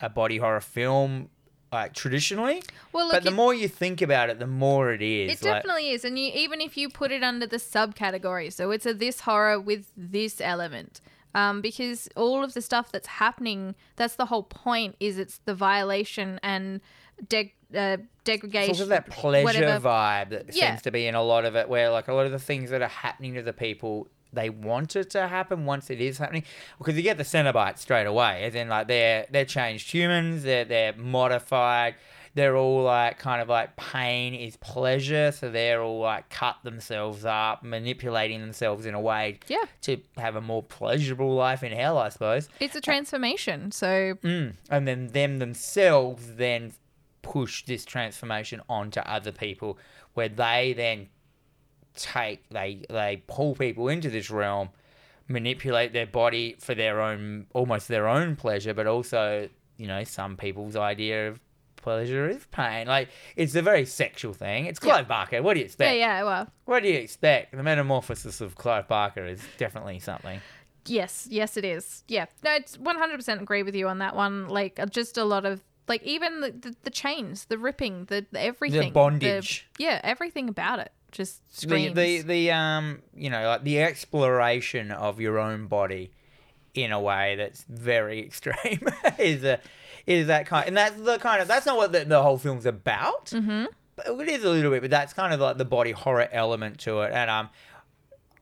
S2: a body horror film like traditionally.
S1: Well, look,
S2: but the
S1: it-
S2: more you think about it, the more it is.
S1: It
S2: like-
S1: definitely is, and you even if you put it under the subcategory, so it's a this horror with this element, um, because all of the stuff that's happening, that's the whole point. Is it's the violation and deg- uh, degradation,
S2: Sort of that pleasure
S1: whatever.
S2: vibe that
S1: Yeah.
S2: seems to be in a lot of it, where like a lot of the things that are happening to the people, they want it to happen once it is happening, because you get the Cenobites straight away, as in like they're they're changed humans, they're they're modified, they're all like kind of like pain is pleasure, so they're all like cut themselves up, manipulating themselves in a way
S1: Yeah.
S2: to have a more pleasurable life in hell, I suppose.
S1: It's a transformation. So
S2: Mm. And then them themselves then push this transformation onto other people, where they then take they they pull people into this realm, manipulate their body for their own almost their own pleasure, but also you know some people's idea of pleasure is pain. Like it's a very sexual thing. It's Clive Barker. What do you
S1: yeah,
S2: expect?
S1: yeah, well,
S2: What do you expect? The metamorphosis of Clive Barker is definitely something.
S1: Yes, yes, it is. Yeah, no, it's one hundred percent agree with you on that one. Like, uh, just a lot of like even the the, the chains, the ripping, the, the everything,
S2: bondage.
S1: yeah, everything about it just
S2: the,
S1: screams.
S2: the the um you know like the exploration of your own body in a way that's very [laughs] extreme is a is that kind and that's the kind of that's not what the, the whole film's about mm-hmm. but it is a little bit but that's kind of like the body horror element to it and um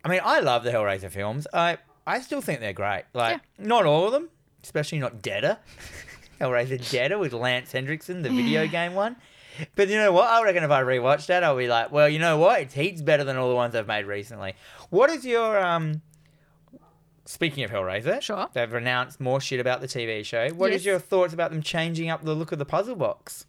S2: I mean I love the Hellraiser films I I still think they're great like not all of them especially not [laughs] Deader Hellraiser Deader with Lance Hendrickson the
S1: [laughs]
S2: video game one but you know what? I reckon if I rewatched that, I'll be like, well, you know what? It's heaps better than all the ones I've made recently. What is your um? Speaking of Hellraiser,
S1: Sure.
S2: They've announced more shit about the TV show. What is
S1: Yes.
S2: your thoughts about them changing up the look of the puzzle box?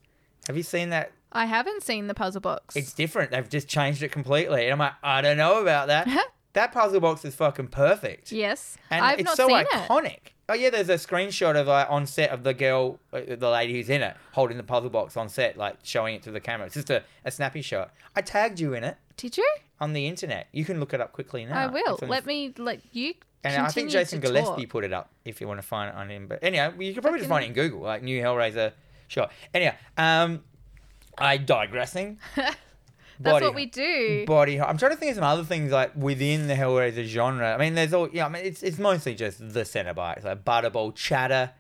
S2: Have you seen that?
S1: I haven't seen the puzzle box.
S2: It's different. They've just changed it completely, and I'm like, I don't know
S1: [laughs]
S2: about that. that puzzle box is fucking perfect.
S1: yes,
S2: And
S1: I've
S2: it's
S1: not
S2: so
S1: seen it.
S2: iconic. Oh yeah, there's a screenshot of uh, on set of the girl, uh, the lady who's in it, holding the puzzle box on set, like showing it to the camera. It's just a, a snappy shot. I tagged you in it
S1: Did you?
S2: on the internet. You can look it up quickly now.
S1: I will.
S2: It's on-
S1: Let me let you.
S2: And I think
S1: continue
S2: Jason
S1: to
S2: Gillespie
S1: talk.
S2: put it up if you want to find it on him. But anyhow, you could probably just find it
S1: Fucking-
S2: in Google, like new Hellraiser shot. Anyhow, um, I digressing.
S1: [laughs] That's
S2: Body-
S1: what we do.
S2: Body. I'm trying to think of some other things like within the Hellraiser genre. I mean, there's all. Yeah, I mean, it's it's mostly just the Cenobite, like Butterball Chatter,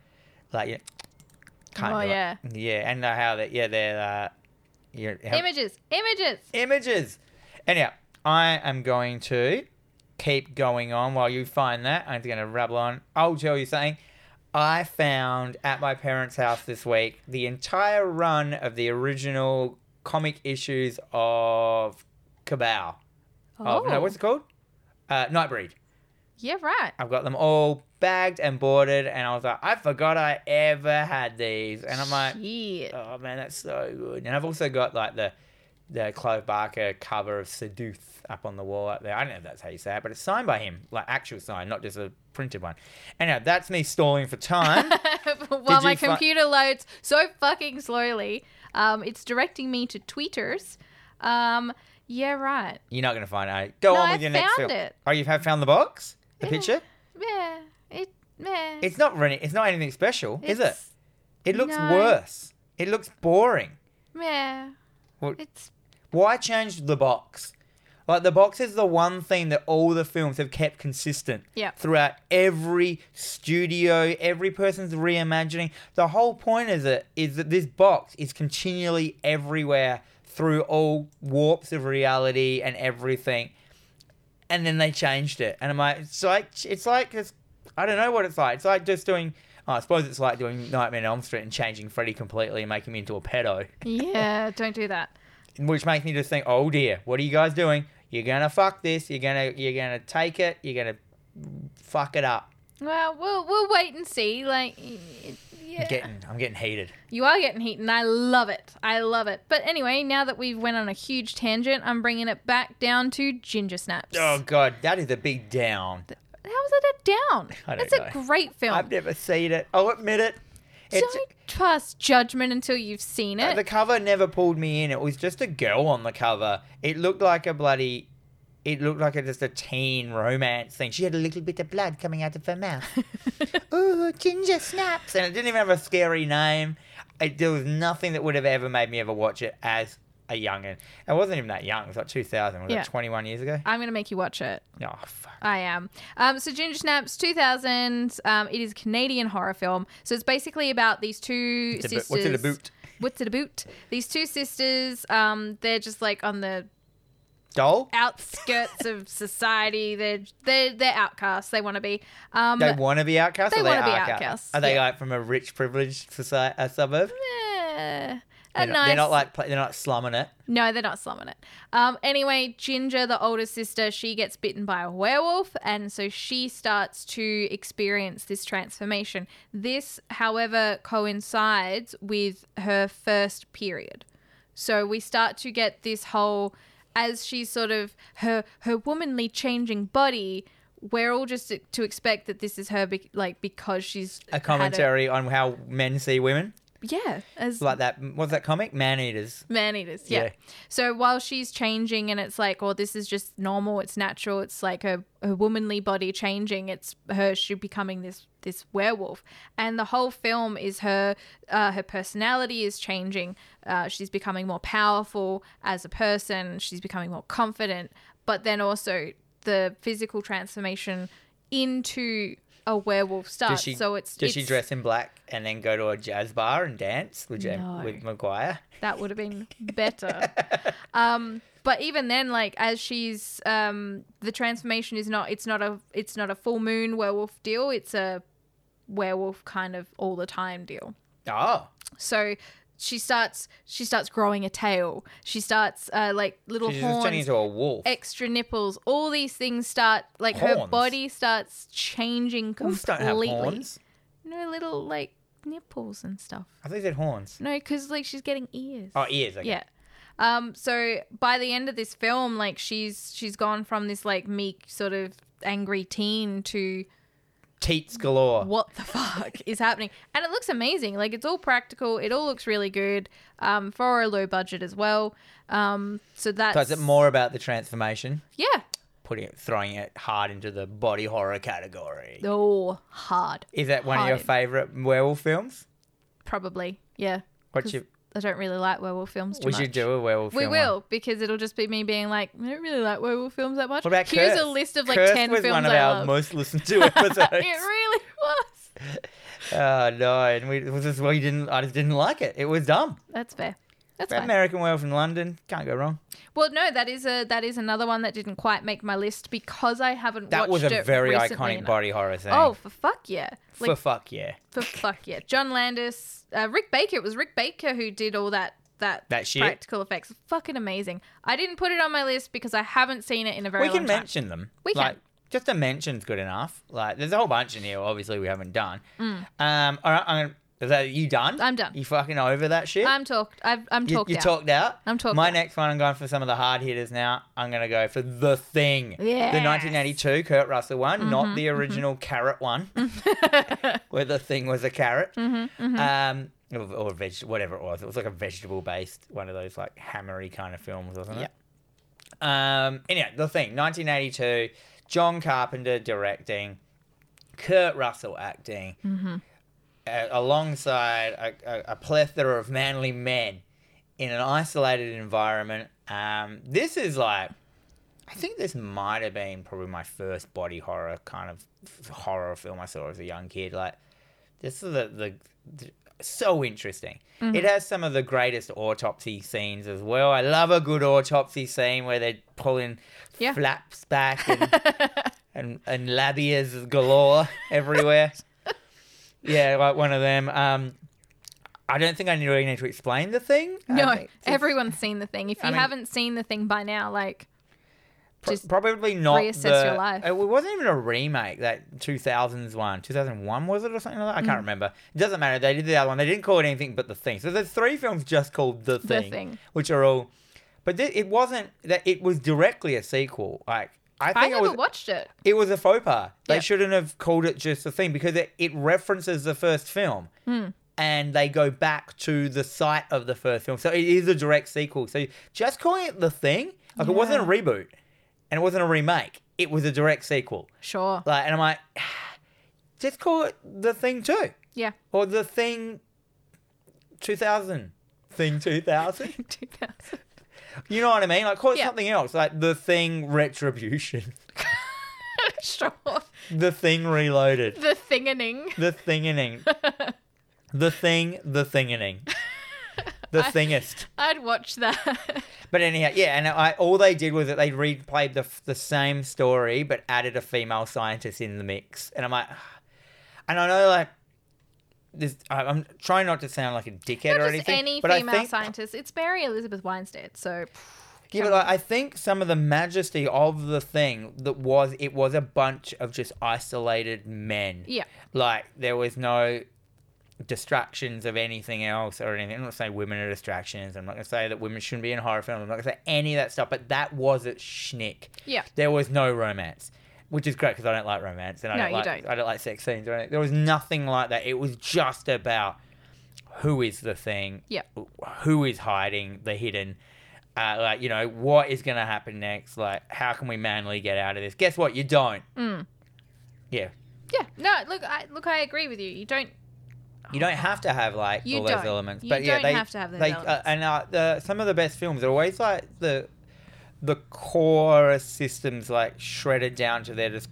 S2: like yeah.
S1: Oh,
S2: do it.
S1: yeah.
S2: Yeah, and uh, how that. Yeah, they're. Uh, yeah, how-
S1: images, images.
S2: images. Anyhow, I am going to keep going on while you find that. I'm going to rabble on. I'll tell you something. I found at my parents' house this week the entire run of the original comic issues of Cabal.
S1: Oh,
S2: Oh, no, what's it called? Uh, Nightbreed.
S1: yeah, right.
S2: I've got them all bagged and boarded, and I was like, I forgot I ever had these. And I'm like,
S1: Shit.
S2: Oh man, that's so good. And I've also got like the the Clive Barker cover of Seduth up on the wall up there. I don't know if that's how you say it, but it's signed by him, like actual sign, not just a printed one. Anyhow, that's me stalling
S1: [laughs]
S2: for time.
S1: While my
S2: you fi-
S1: computer loads so fucking slowly, um, it's directing me to tweeters. Um, yeah, right.
S2: You're not gonna find out. Go
S1: No,
S2: on with
S1: I
S2: your next
S1: found
S2: film.
S1: it.
S2: Oh, you have found the box, the
S1: Yeah.
S2: picture.
S1: Yeah, it. Meh.
S2: It's not really, It's not anything special, is it?
S1: It's-
S2: It looks
S1: no.
S2: worse. It looks boring.
S1: Meh.
S2: Well-
S1: It's
S2: Why change the box? Like the box is the one thing that all the films have kept consistent.
S1: Yeah.
S2: Throughout every studio, every person's reimagining. The whole point is it is that this box is continually everywhere through all warps of reality and everything. And then they changed it, and I'm like, it's like it's like this. I don't know what it's like. It's like just doing. oh, I suppose it's like doing Nightmare on Elm Street and changing Freddy completely and making him into a pedo
S1: yeah. Don't do that.
S2: which makes me just think, oh dear, what are you guys doing? You're gonna fuck this. You're gonna you're gonna take it. You're gonna fuck it up.
S1: Well, we'll we'll wait and see. Like, it- yeah.
S2: I'm getting I'm getting heated.
S1: You are getting heat, and I love it. I love it. But anyway, now that we've went on a huge tangent, I'm bringing it back down to ginger snaps.
S2: Oh god, that is a big down.
S1: How is it a down?
S2: [laughs] I don't
S1: It's a
S2: know.
S1: great film.
S2: I've never seen it. I'll admit it. It's, Uh,
S1: Don't trust judgment until you've seen it.
S2: the cover never pulled me in. It was just a girl on the cover. It looked like a bloody. It looked like a, just a teen romance thing. She had a little bit of blood coming out of
S1: [laughs]
S2: her mouth. Ooh, ginger snaps. And it didn't even have a scary name. It, there was nothing that would have ever made me ever watch it as a youngin. I wasn't even that young. It was like 2000. Was
S1: Yeah.
S2: that 21 years ago?
S1: I'm going to make you watch it.
S2: Oh, fuck.
S1: I am. Um, so Ginger Snaps, 2000. Um, it is a Canadian horror film. So it's basically about these two
S2: It's a bit-
S1: sisters.
S2: what's it about?
S1: What's it about? These two sisters, um, they're just like on the
S2: Doll?
S1: outskirts of society. They're they're they're outcasts. They want to be. Um,
S2: They want to be outcasts?
S1: They
S2: or they
S1: wanna be
S2: are outcasts.
S1: outcasts,
S2: Are they
S1: yeah.
S2: like from a rich, privileged society, a suburb?
S1: eh, a
S2: They're, not,
S1: nice.
S2: they're not like pla- they're not slumming it.
S1: no, they're not slumming it. Um, anyway, Ginger, the older sister, she gets bitten by a werewolf, and so she starts to experience this transformation. This, however, coincides with her first period. So we start to get this whole as she's sort of her her womanly changing body. We're all just to, to expect that this is her, be, like because she's
S2: a
S1: had
S2: commentary on how men see women,
S1: yeah, as
S2: like that. What's that comic? Man Eaters.
S1: man eaters. Yeah.
S2: Yeah.
S1: So while she's changing, and it's like, well, this is just normal. It's natural. It's like her her womanly body changing. It's her she becoming this this werewolf, and the whole film is her uh, her personality is changing. Uh, she's becoming more powerful as a person. She's becoming more confident, but then also the physical transformation into a werewolf starts.
S2: Does she?
S1: Uh, so it's
S2: does she
S1: it's-
S2: dress in black and then go to a jazz bar and dance with Jam-
S1: No.
S2: with Maguire?
S1: That would have been better. um, but even then, like as she's um, the transformation is not it's not a it's not a full moon werewolf deal. It's a werewolf kind of all the time deal.
S2: Oh,
S1: So she starts she starts growing a tail. She starts uh, like little
S2: she's just turning
S1: horns,
S2: into a wolf.
S1: extra nipples. All these things start like her
S2: Horns?
S1: body starts changing
S2: Wolves don't
S1: completely.
S2: have horns.
S1: No little like nipples and stuff.
S2: I think they said horns.
S1: No, because like she's getting ears.
S2: Oh, ears. Okay.
S1: Yeah. Um, so by the end of this film, like she's she's gone from this like meek sort of angry teen to
S2: Teats galore.
S1: what the [laughs] fuck is happening? And it looks amazing. Like it's all practical. It all looks really good um, for a low budget as well. Um, so that's
S2: So is it more about the transformation?
S1: yeah.
S2: Putting it, throwing it hard into the body horror category.
S1: Oh, hard
S2: Is that one of your
S1: Hard.
S2: favorite werewolf films?
S1: probably yeah.
S2: What's
S1: 'Cause
S2: your
S1: I don't really like werewolf films. Too
S2: we
S1: much.
S2: should do a werewolf.
S1: We
S2: film
S1: will
S2: One.
S1: because it'll just be me being like, I don't really like werewolf films that much.
S2: What about
S1: Here's
S2: Curse?
S1: a list of like
S2: Cursed
S1: ten
S2: was
S1: films
S2: one of
S1: I
S2: our
S1: love.
S2: most
S1: [laughs]
S2: listened to episodes.
S1: it really was.
S2: Oh no, and we it was just we didn't. I just didn't like it. It was dumb.
S1: That's fair. That's
S2: That
S1: fine.
S2: American Werewolf in London can't go wrong.
S1: Well, no, that is a that is another one that didn't quite make my list because I haven't
S2: That
S1: watched
S2: was a
S1: it
S2: very
S1: recently
S2: iconic
S1: enough.
S2: body horror thing.
S1: Oh, for fuck yeah!
S2: for
S1: Like
S2: fuck yeah,
S1: for fuck yeah! John Landis, uh, Rick Baker. It was Rick Baker who did all that that
S2: that shit.
S1: practical effects. Fucking amazing. I didn't put it on my list because I haven't seen it in a very
S2: we
S1: long
S2: can
S1: time.
S2: mention them.
S1: We can.
S2: like, Just a mention's good enough. Like, there's a whole bunch in here. Obviously, we haven't done. Um, all right, I'm gonna. Is that you done?
S1: Mm. I'm done.
S2: You fucking over that shit.
S1: I'm talked. I've, I'm
S2: you,
S1: talked
S2: you
S1: out.
S2: talked out.
S1: I'm talked
S2: My
S1: out.
S2: next one, I'm going for some of the hard hitters now. I'm going to go for The Thing. The
S1: Yes. Mm-hmm,
S2: 1982 Kurt Russell one, not the original carrot one, where The Thing was a carrot. Um, or, or veg, whatever it was. It was like a vegetable based, one of those like hammery kind of films, wasn't it? Um, anyway, The Thing, 1982, John Carpenter directing, Kurt Russell acting a- alongside a, a, a plethora of manly men in an isolated environment. Um, this is like, I think this might have been probably my first body horror kind of f- horror film I saw as a young kid. Like, this is the, the, the- so interesting. It has some of the greatest autopsy scenes as well. I love a good autopsy scene where they're pulling
S1: Yeah.
S2: flaps
S1: [laughs]
S2: back and, and, and labias galore everywhere. [laughs] Yeah, like one of them. Um, I don't think I really need to explain the thing. Um,
S1: [laughs]
S2: I
S1: No,
S2: think it's
S1: everyone's seen the thing. If you
S2: I mean-
S1: haven't seen the thing by now, like
S2: pro-
S1: just
S2: probably not
S1: reassess
S2: the-
S1: your life.
S2: It wasn't even a remake. That two thousands one, two thousand one was it or something like that? I
S1: Mm.
S2: can't remember. It doesn't matter. They did the other one. They didn't call it anything but the thing. So there's three films just called the
S1: The
S2: thing,
S1: Thing.
S2: which are all. But thi- it wasn't that. It was directly a sequel. Like I think
S1: I,
S2: it
S1: never
S2: was.
S1: watched it.
S2: It was a faux pas. They
S1: Yeah.
S2: shouldn't have called it just the thing because it, it references the first film.
S1: Hmm.
S2: And they go back to the site of the first film. So it is a direct sequel. So just calling it the thing, like it wasn't a
S1: Yeah.
S2: reboot and it wasn't a remake. It was a direct sequel.
S1: Sure.
S2: Like and I'm like, [sighs] just call it the thing too.
S1: Yeah.
S2: Or the thing two thousand. Thing two thousand.
S1: 2000.
S2: You know what I mean? Like call it
S1: Yeah.
S2: something else. Like the thing retribution.
S1: [laughs]
S2: [laughs]
S1: sure.
S2: The thing reloaded.
S1: The thingening.
S2: The thingening.
S1: [laughs]
S2: the thing, the thingening. The thingest.
S1: I'd watch that. [laughs]
S2: But anyhow, yeah, and I, all they did was that they replayed the, the same story but added a female scientist in the mix. And I'm like, [sighs] "Ah." and I know, like, this, I- I'm trying not to sound like a dickhead
S1: Not
S2: or
S1: just
S2: anything.
S1: any
S2: but
S1: female
S2: I think,
S1: scientist. It's Mary Elizabeth Weinstead. So
S2: Yeah, but like, I think some of the majesty of the thing that was it was a bunch of just isolated men.
S1: Yeah.
S2: Like there was no distractions of anything else or anything. I'm not saying women are distractions. I'm not gonna say that women shouldn't be in horror films. I'm not gonna say any of that stuff. But that was its schnick.
S1: Yeah.
S2: There was no romance. Which is great because I don't like romance and I
S1: No,
S2: don't
S1: you
S2: like
S1: don't.
S2: I don't like sex scenes or anything. There was nothing like that. It was just about who is the thing?
S1: Yeah.
S2: Who is hiding the hidden? Uh, like, you know, what is going to happen next? Like, how can we manly get out of this? Guess what? You don't. Yeah.
S1: Mm. yeah. No, look, I look, I agree with you. You don't.
S2: You don't have to have like
S1: You
S2: all those
S1: don't.
S2: elements,
S1: You
S2: but yeah,
S1: don't
S2: they
S1: have to have those
S2: they, Uh,
S1: elements.
S2: and uh, the, some of the best films are always like the the core systems like shredded down to their just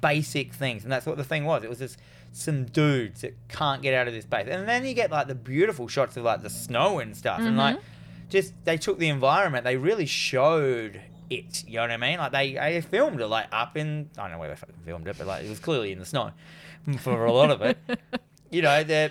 S2: basic things, and that's what the thing was. It was just some dudes that can't get out of this base, and then you get like the beautiful shots of like the snow and stuff, and like
S1: Mm-hmm.
S2: just they took the environment, they really showed. It, you know what I mean? Like they, they filmed it like up in I don't know where they fucking filmed it, but like it was clearly in the snow [laughs] for a lot of
S1: [laughs]
S2: it. you know that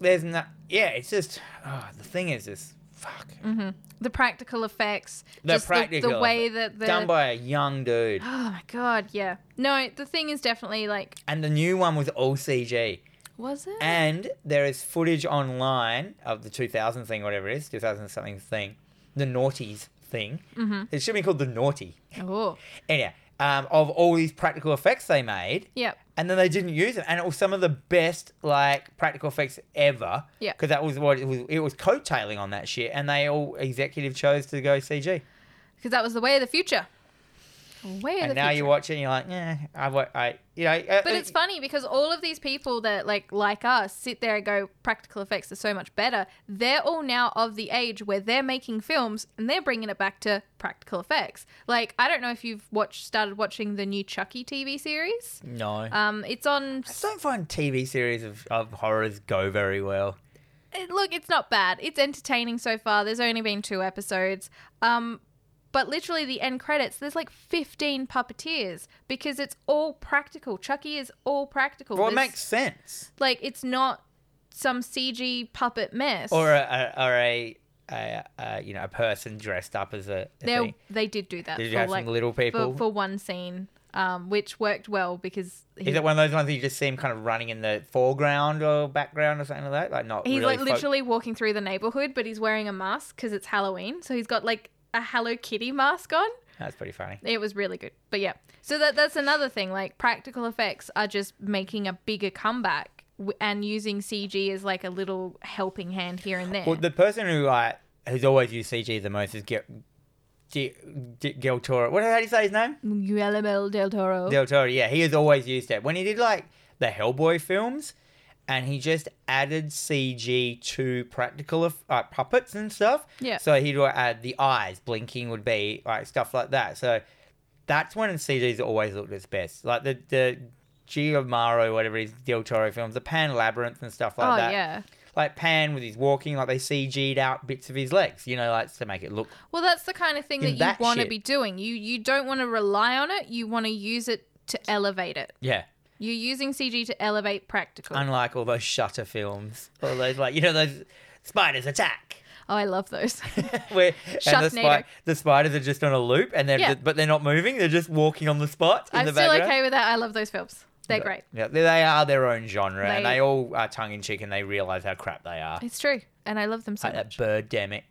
S2: there's not yeah it's just oh, the thing is this fuck
S1: Mm-hmm. The practical effects.
S2: the
S1: just
S2: practical
S1: The, the way that the.
S2: done by a young dude
S1: [gasps] oh my god. Yeah. No, the thing is definitely like.
S2: and the new one was all cg
S1: Was it?
S2: and there is footage online of the 2000 thing whatever it is 2000 something thing the naughties thing mm-hmm. it should be called the naughty
S1: oh.
S2: anyhow um, of all these practical effects they made
S1: Yep.
S2: and then they didn't use it, and it was some of the best like practical effects ever.
S1: Yeah.
S2: because that was what it was. It was coattailing on that shit, and they all executive chose to go CG.
S1: Because that was the way of the future. Way of the
S2: and now
S1: future.
S2: you watch it and you're like, yeah, I, wa- I, you know, uh,
S1: But it's funny because all of these people that like like us sit there and go practical effects are so much better. They're all now of the age where they're making films and they're bringing it back to practical effects. Like I don't know if you've watched started watching the new Chucky TV series.
S2: no.
S1: Um, it's on.
S2: I just don't find TV series of, of horrors go very well.
S1: it- Look, it's not bad. It's entertaining so far. There's only been two episodes. Um, but literally the end credits, there's like 15 puppeteers because it's all practical. Chucky is all practical.
S2: Well, it
S1: There's-
S2: makes sense.
S1: like it's not some CG puppet mess.
S2: Or a, a or a, a, a you know a person dressed up as a,
S1: they
S2: a thing.
S1: they did do that
S2: Did you
S1: for
S2: have
S1: like
S2: some little people?
S1: for, for one scene, um, which worked well because he,
S2: Is it one of those ones that you just see him kind of running in the foreground or background or something like that? Like not
S1: he's
S2: really
S1: like
S2: fo-
S1: literally walking through the neighborhood, but he's wearing a mask because it's Halloween, so he's got like a Hello Kitty mask on.
S2: That's pretty funny.
S1: It was really good, but yeah. So that that's another thing. Like practical effects are just making a bigger comeback. w- And using CG as like a little helping hand here and there.
S2: Well, the person who like who's always used CG the most is Gil, G- G- Gil Toro. What how do you say his name?
S1: Guillermo del Toro.
S2: Del Toro. Yeah, he has always used it when he did like the Hellboy films, and he just added CG to practical eff- like puppets and stuff.
S1: Yeah.
S2: So he'd like, add the eyes blinking would be like stuff like that. So that's when CG's always looked its best. Like the the Giamaro, whatever his Del Toro films, the Pan Labyrinth and stuff like
S1: oh
S2: that.
S1: yeah.
S2: Like Pan with his walking, like they CG'd out bits of his legs, you know, like to make it look
S1: Well, that's the kind of thing
S2: In
S1: that you
S2: that
S1: want to
S2: shit.
S1: be doing. You you don't want to rely on it. You want to use it to elevate it.
S2: yeah.
S1: You're using CG to elevate practical.
S2: Unlike all those Shutter films, all those like you know those spiders attack.
S1: oh, I love
S2: [laughs]
S1: those.
S2: Where and the,
S1: Sharknado.
S2: spi- the spiders are just on a loop, and they're
S1: Yeah.
S2: but they're not moving. They're just walking on the spot in
S1: I'm
S2: the
S1: still
S2: background.
S1: okay with that. I love those films. They're great.
S2: Yeah, they- they are their own genre, and
S1: They-
S2: they all are tongue in cheek, and they realize how crap they are.
S1: It's true, and I love them so
S2: Like that
S1: much. [gasps]
S2: birdemic.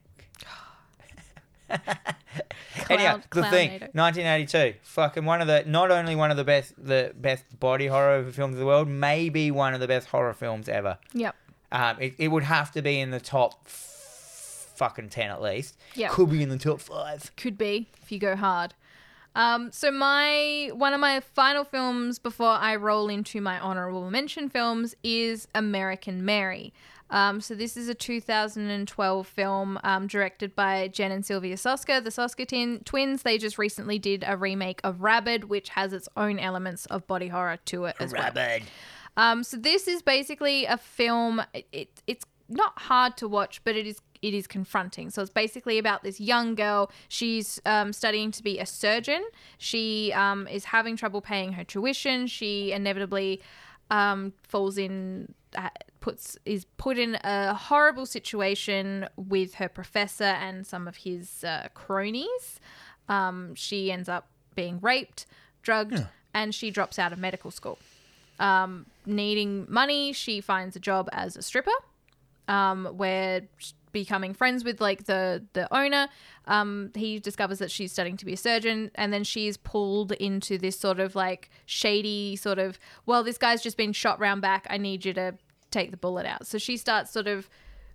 S2: Anyhow, the
S1: Clown-
S2: thing,
S1: Clownado.
S2: 1982, fucking one of the not only one of the best the best body horror films of the world, maybe one of the best horror films ever.
S1: Yep.
S2: Um, it, it would have to be in the top f- fucking ten at least.
S1: Yeah.
S2: could be in the top five.
S1: could be if you go hard. Um, so my one of my final films before I roll into my honorable mention films is American Mary. Um, so this is a 2012 film um, directed by Jen and Sylvia Soska, the Soska tin- twins. They just recently did a remake of Rabid, which has its own elements of body horror to it as well.
S2: Rabid.
S1: Um, so this is basically a film. It, it it's not hard to watch, but it is it is confronting. So it's basically about this young girl. She's um, studying to be a surgeon. She um, is having trouble paying her tuition. She inevitably um, falls in. Uh, puts is put in a horrible situation with her professor and some of his uh, cronies. Um, she ends up being raped, drugged, and she drops out of medical school um, needing money, she finds a job as a stripper. Um, where sh- becoming friends with like the the owner, um, he discovers that she's studying to be a surgeon, and then she's pulled into this sort of like shady sort of well, this guy's just been shot round back. I need you to take the bullet out. So she starts sort of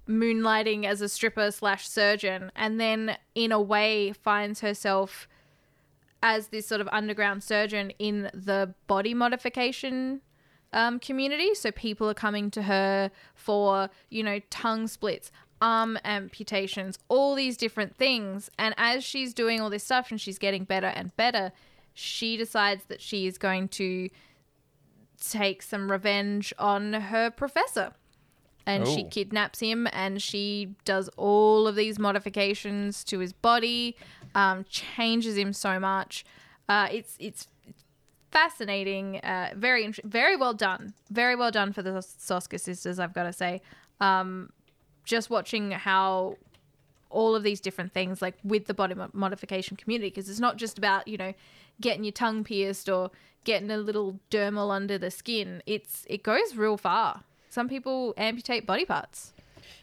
S1: moonlighting as a stripper slash surgeon, and then in a way finds herself as this sort of underground surgeon in the body modification um, community. So people are coming to her for, you know, tongue splits, arm amputations, all these different things. And as she's doing all this stuff and she's getting better and better, she decides that she is going to take some revenge on her professor. And she
S2: Ooh.
S1: kidnaps him and she does all of these modifications to his body, um, changes him so much. Uh, it's it's fascinating, uh, very int- very well done, very well done for the Soska sisters. I've got to say, um, just watching how all of these different things, like with the body mo- modification community, because it's not just about you know getting your tongue pierced or getting a little dermal under the skin. It's it goes real far. Some people amputate body parts.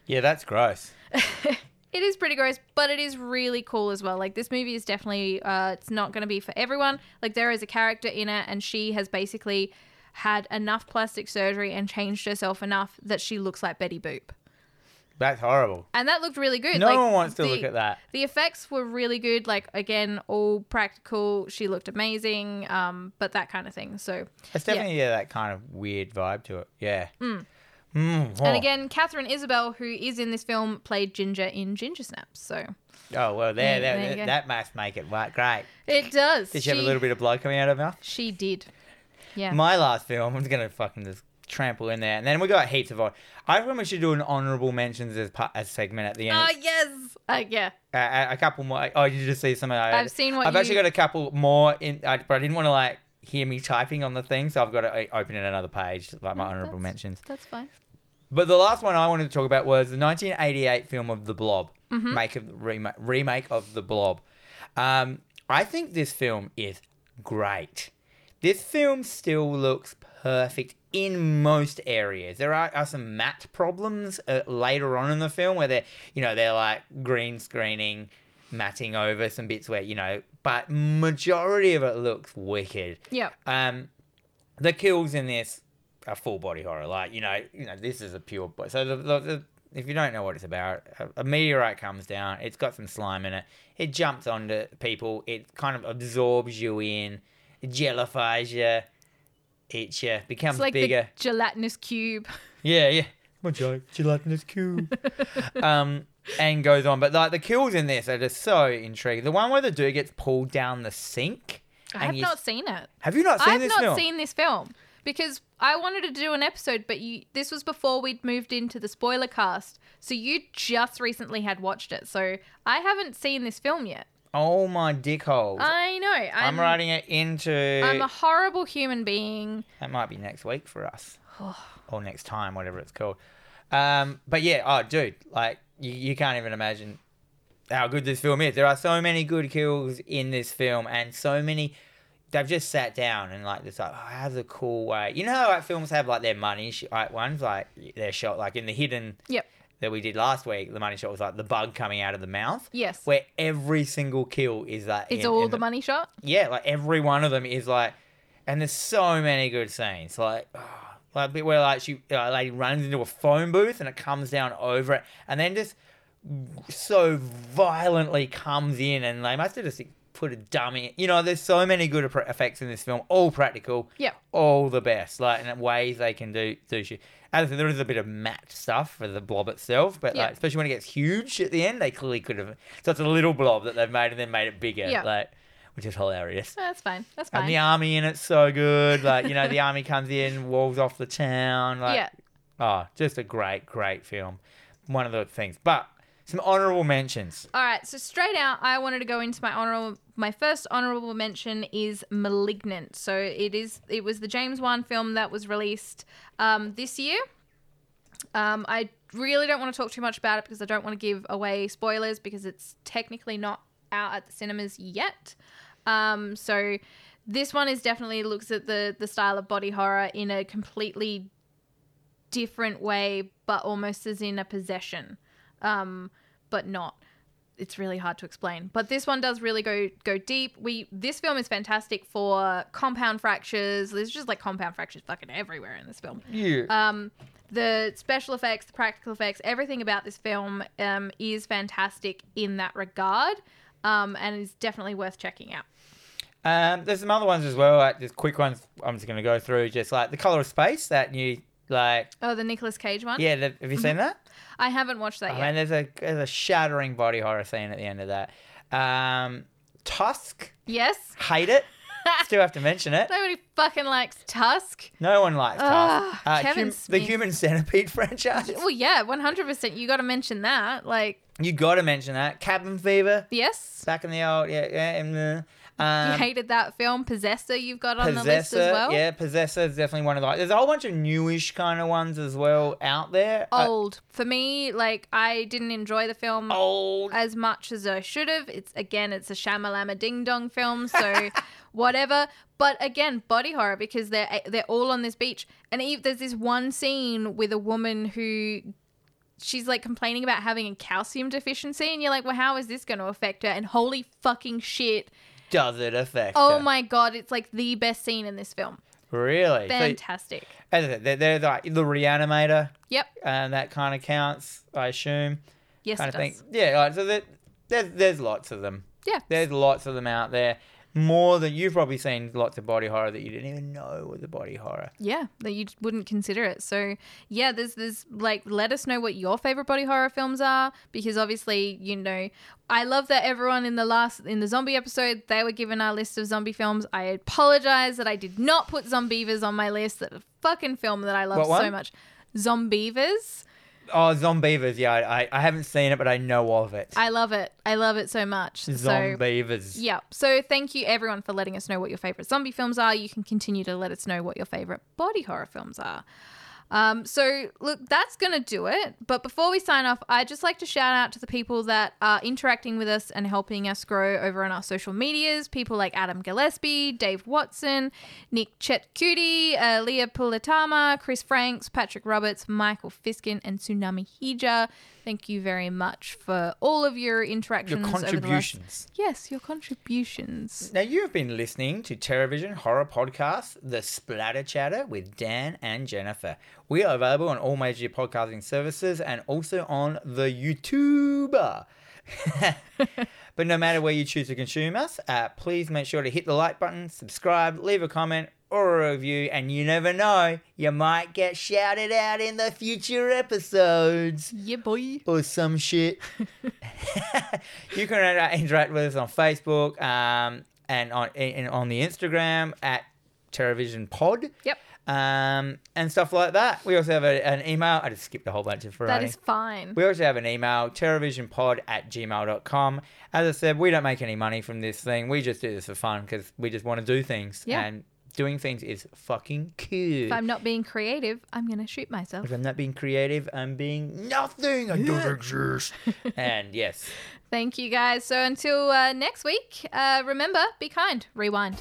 S2: Yeah, that's gross.
S1: It is pretty gross, but it is really cool as well. Like this movie is definitely uh it's not going to be for everyone. Like there is a character in it and she has basically had enough plastic surgery and changed herself enough that she looks like Betty Boop.
S2: That's horrible.
S1: and that looked really good.
S2: No
S1: like,
S2: one wants to
S1: the-
S2: look at that.
S1: The effects were really good. Like again, all practical. She looked amazing. Um, but that kind of thing. So
S2: It's
S1: yeah.
S2: definitely yeah. that kind of weird vibe to it. Yeah. Mm, oh.
S1: and again, Catherine Isabel, who is in this film, played Ginger in Ginger Snaps. So
S2: Oh well, there,
S1: Mm, there
S2: there,
S1: you
S2: there-
S1: go.
S2: that must make it right. Great.
S1: it does.
S2: Did she, have a little bit of blood coming out of her mouth?
S1: She did. Yeah.
S2: My last film, I'm gonna fucking just trample in there, and then we got heaps of. hon- I reckon we should do an honorable mentions as part, as segment at the end.
S1: Ah yes. Uh, yeah.
S2: uh, a couple more. Oh, you just see some. of that.
S1: I've seen what
S2: I've actually
S1: you-
S2: got a couple more in, I, but I didn't want to like hear me typing on the thing, so I've got to uh, open it another page, like my
S1: No,
S2: honorable
S1: Oh, that's-
S2: mentions.
S1: That's fine.
S2: But the last one I wanted to talk about was the 1988 film of The Blob, make of remake, remake of The Blob. Um, I think this film is great. This film still looks perfect in most areas. There are, are some matte problems uh, later on in the film where they're, you know, they're like green screening, matting over some bits where, you know, but majority of it looks wicked.
S1: Yeah.
S2: Um, the kills in this are full body horror. Like you know, you know this is a pure. Bo- so the, the, the if you don't know what it's about, a, a meteorite comes down. It's got some slime in it. It jumps onto people. It kind of absorbs you in, it jellifies you, eats you, becomes
S1: It's like
S2: bigger.
S1: the gelatinous cube.
S2: Yeah, yeah. My joke. Gelatinous cube. [laughs] um, and goes on. But like the kills in this are just so intriguing. The one where the dude gets pulled down the sink.
S1: I have
S2: and you-
S1: not seen it.
S2: Have you not seen
S1: I've
S2: this
S1: not
S2: film?
S1: seen this film because I wanted to do an episode, but you this was before we'd moved into the spoiler cast, so you just recently had watched it. So I haven't seen this film yet.
S2: Oh my dick holes.
S1: I know. I'm,
S2: I'm writing it into.
S1: I'm a horrible human being.
S2: that might be next week for us,
S1: Oh.
S2: or next time, whatever it's called. Um, but yeah, oh dude, like you, you can't even imagine how good this film is. There are so many good kills in this film, and so many. They've just sat down and like it's like, oh, how's a cool way. You know how like films have like their money sh- like ones like they're shot like in the hidden
S1: Yep.
S2: that we did last week. The money shot was like the bug coming out of the mouth.
S1: Yes.
S2: Where every single kill is like
S1: It's
S2: in-
S1: all
S2: in
S1: the money shot.
S2: yeah, like every one of them is like, and there's so many good scenes. Like, ah, like a bit where like she uh, lady runs into a phone booth and it comes down over it, and then just so violently comes in, and they must have just put a dummy. You know, there's so many good appra- effects in this film, all practical.
S1: Yep.
S2: all the best. Like, and ways they can do do shit. As I said, there is a bit of matte stuff for the blob itself, but
S1: Yeah.
S2: like, especially when it gets huge at the end, they clearly could have. So it's a little blob that they've made and then made it bigger.
S1: Yeah.
S2: Like, which is hilarious.
S1: No, that's fine. That's
S2: And
S1: fine.
S2: the army in it's so good. Like, you know, the army comes in, walls off the town. Like,
S1: yeah.
S2: oh, just a great, great film. One of those things. But some honorable mentions.
S1: All right, so straight out, I wanted to go into my honorable. My first honorable mention is *Malignant*. So it is. It was the James Wan film that was released um, this year. Um, I really don't want to talk too much about it because I don't want to give away spoilers because it's technically not out at the cinemas yet. Um, so this one is definitely looks at the the style of body horror in a completely different way, but almost as in a possession, um, but not. It's really hard to explain, but this one does really go go deep. We this film is fantastic for compound fractures. There's just like compound fractures fucking everywhere in this film
S2: Yeah.
S1: um, the special effects, the practical effects, everything about this film um, is fantastic in that regard, um, and is definitely worth checking out.
S2: Um, there's some other ones as well. Like, just quick ones. I'm just going to go through. Just like The Color of Space, that new, like,
S1: Oh, the Nicolas Cage one.
S2: yeah, the, have you
S1: Mm-hmm.
S2: seen that?
S1: I haven't watched that
S2: I
S1: yet.
S2: mean, there's a, there's a shattering body horror scene at the end of that. Um, Tusk,
S1: Yes, [laughs]
S2: hate it. Still have to mention it.
S1: nobody fucking likes Tusk.
S2: No one likes
S1: Ugh,
S2: Tusk. Uh,
S1: Ah, Kevin
S2: hum- the
S1: Smith.
S2: Human Centipede [laughs] franchise.
S1: Well, yeah, one hundred percent. You got to mention that. Like,
S2: You got to mention that. Cabin Fever.
S1: yes,
S2: Back in the old, yeah, yeah. In the,
S1: you
S2: um,
S1: hated that film, Possessor. You've got on the list
S2: Possessor,
S1: as well.
S2: yeah, Possessor is definitely one of the. There's a whole bunch of newish kind of ones as well out there. Uh,
S1: Old for me. Like, I didn't enjoy the film.
S2: Oh. old.
S1: as much as I should have. It's again, it's a Shamalama Ding Dong
S2: [laughs]
S1: film, so whatever. But again, body horror because they're eh, they're all on this beach, and Eve, there's this one scene with a woman who she's like complaining about having a calcium deficiency, and you're like, well, how is this going to affect her? And holy fucking shit!
S2: Does it affect?
S1: Oh
S2: her?
S1: my god, it's like the best scene in this film.
S2: Really? So,
S1: Fantastic.
S2: as I said, they're, they're like the reanimator,
S1: Yep.
S2: and that kind of counts, I assume.
S1: Yes,
S2: Kind
S1: it
S2: of thing.
S1: does.
S2: Yeah, like, so there- there's, there's lots of them.
S1: Yeah.
S2: There's lots of them out there. More than you've probably seen lots of body horror that you didn't even know was a body horror.
S1: Yeah, that you wouldn't consider it. So yeah, there's there's like let us know what your favorite body horror films are because obviously you know I love that everyone in the last in the zombie episode they were given our list of zombie films. I apologize that I did not put Zombievers on my list. That fucking film that I love
S2: What one?
S1: so much. Zombievers.
S2: Oh, Zombievers. Yeah, I, I, I haven't seen it, but I know of it.
S1: I love it. I love it so much. So
S2: Zombievers.
S1: yeah. So thank you everyone for letting us know what your favorite zombie films are. You can continue to let us know what your favorite body horror films are. Um, so look, that's gonna do it. But before we sign off, I'd just like to shout out to the people that are interacting with us and helping us grow over on our social medias. People like Adam Gillespie, Dave Watson, Nick Chetcuti, uh, Leah Pulatama, Chris Franks, Patrick Roberts, Michael Fiskin, and Tsunami Hija. Thank you very much for all of your
S2: Your
S1: interactions. Over the last
S2: contributions.
S1: Yes, your contributions.
S2: Now, you have been listening to Television Horror Podcast, The Splatter Chatter with Dan and Jennifer. We are available on all major podcasting services and also on the YouTuber. [laughs] but no matter where you choose to consume us, uh, please make sure to hit the like button, subscribe, leave a comment or a review, and you never know, you might get shouted out in the future episodes
S1: Yeah, boy.
S2: or some
S1: [laughs]
S2: shit. [laughs] you can uh, interact with us on Facebook um, and on and on the Instagram at Television Pod.
S1: Yep.
S2: Um, and stuff like that. We also have a, an email. I just skipped a whole bunch of
S1: That
S2: variety.
S1: is fine.
S2: We also have an email, terrorvisionpod at gmail.com. As I said, we don't make any money from this thing. We just do this for fun because we just want to do things.
S1: Yeah.
S2: And doing things is fucking cute.
S1: If I'm not being creative, I'm going to shoot myself.
S2: If I'm not being creative, I'm being nothing. I
S1: [laughs]
S2: don't exist. and yes.
S1: Thank you guys. So until uh, next week, uh, remember, be kind, rewind.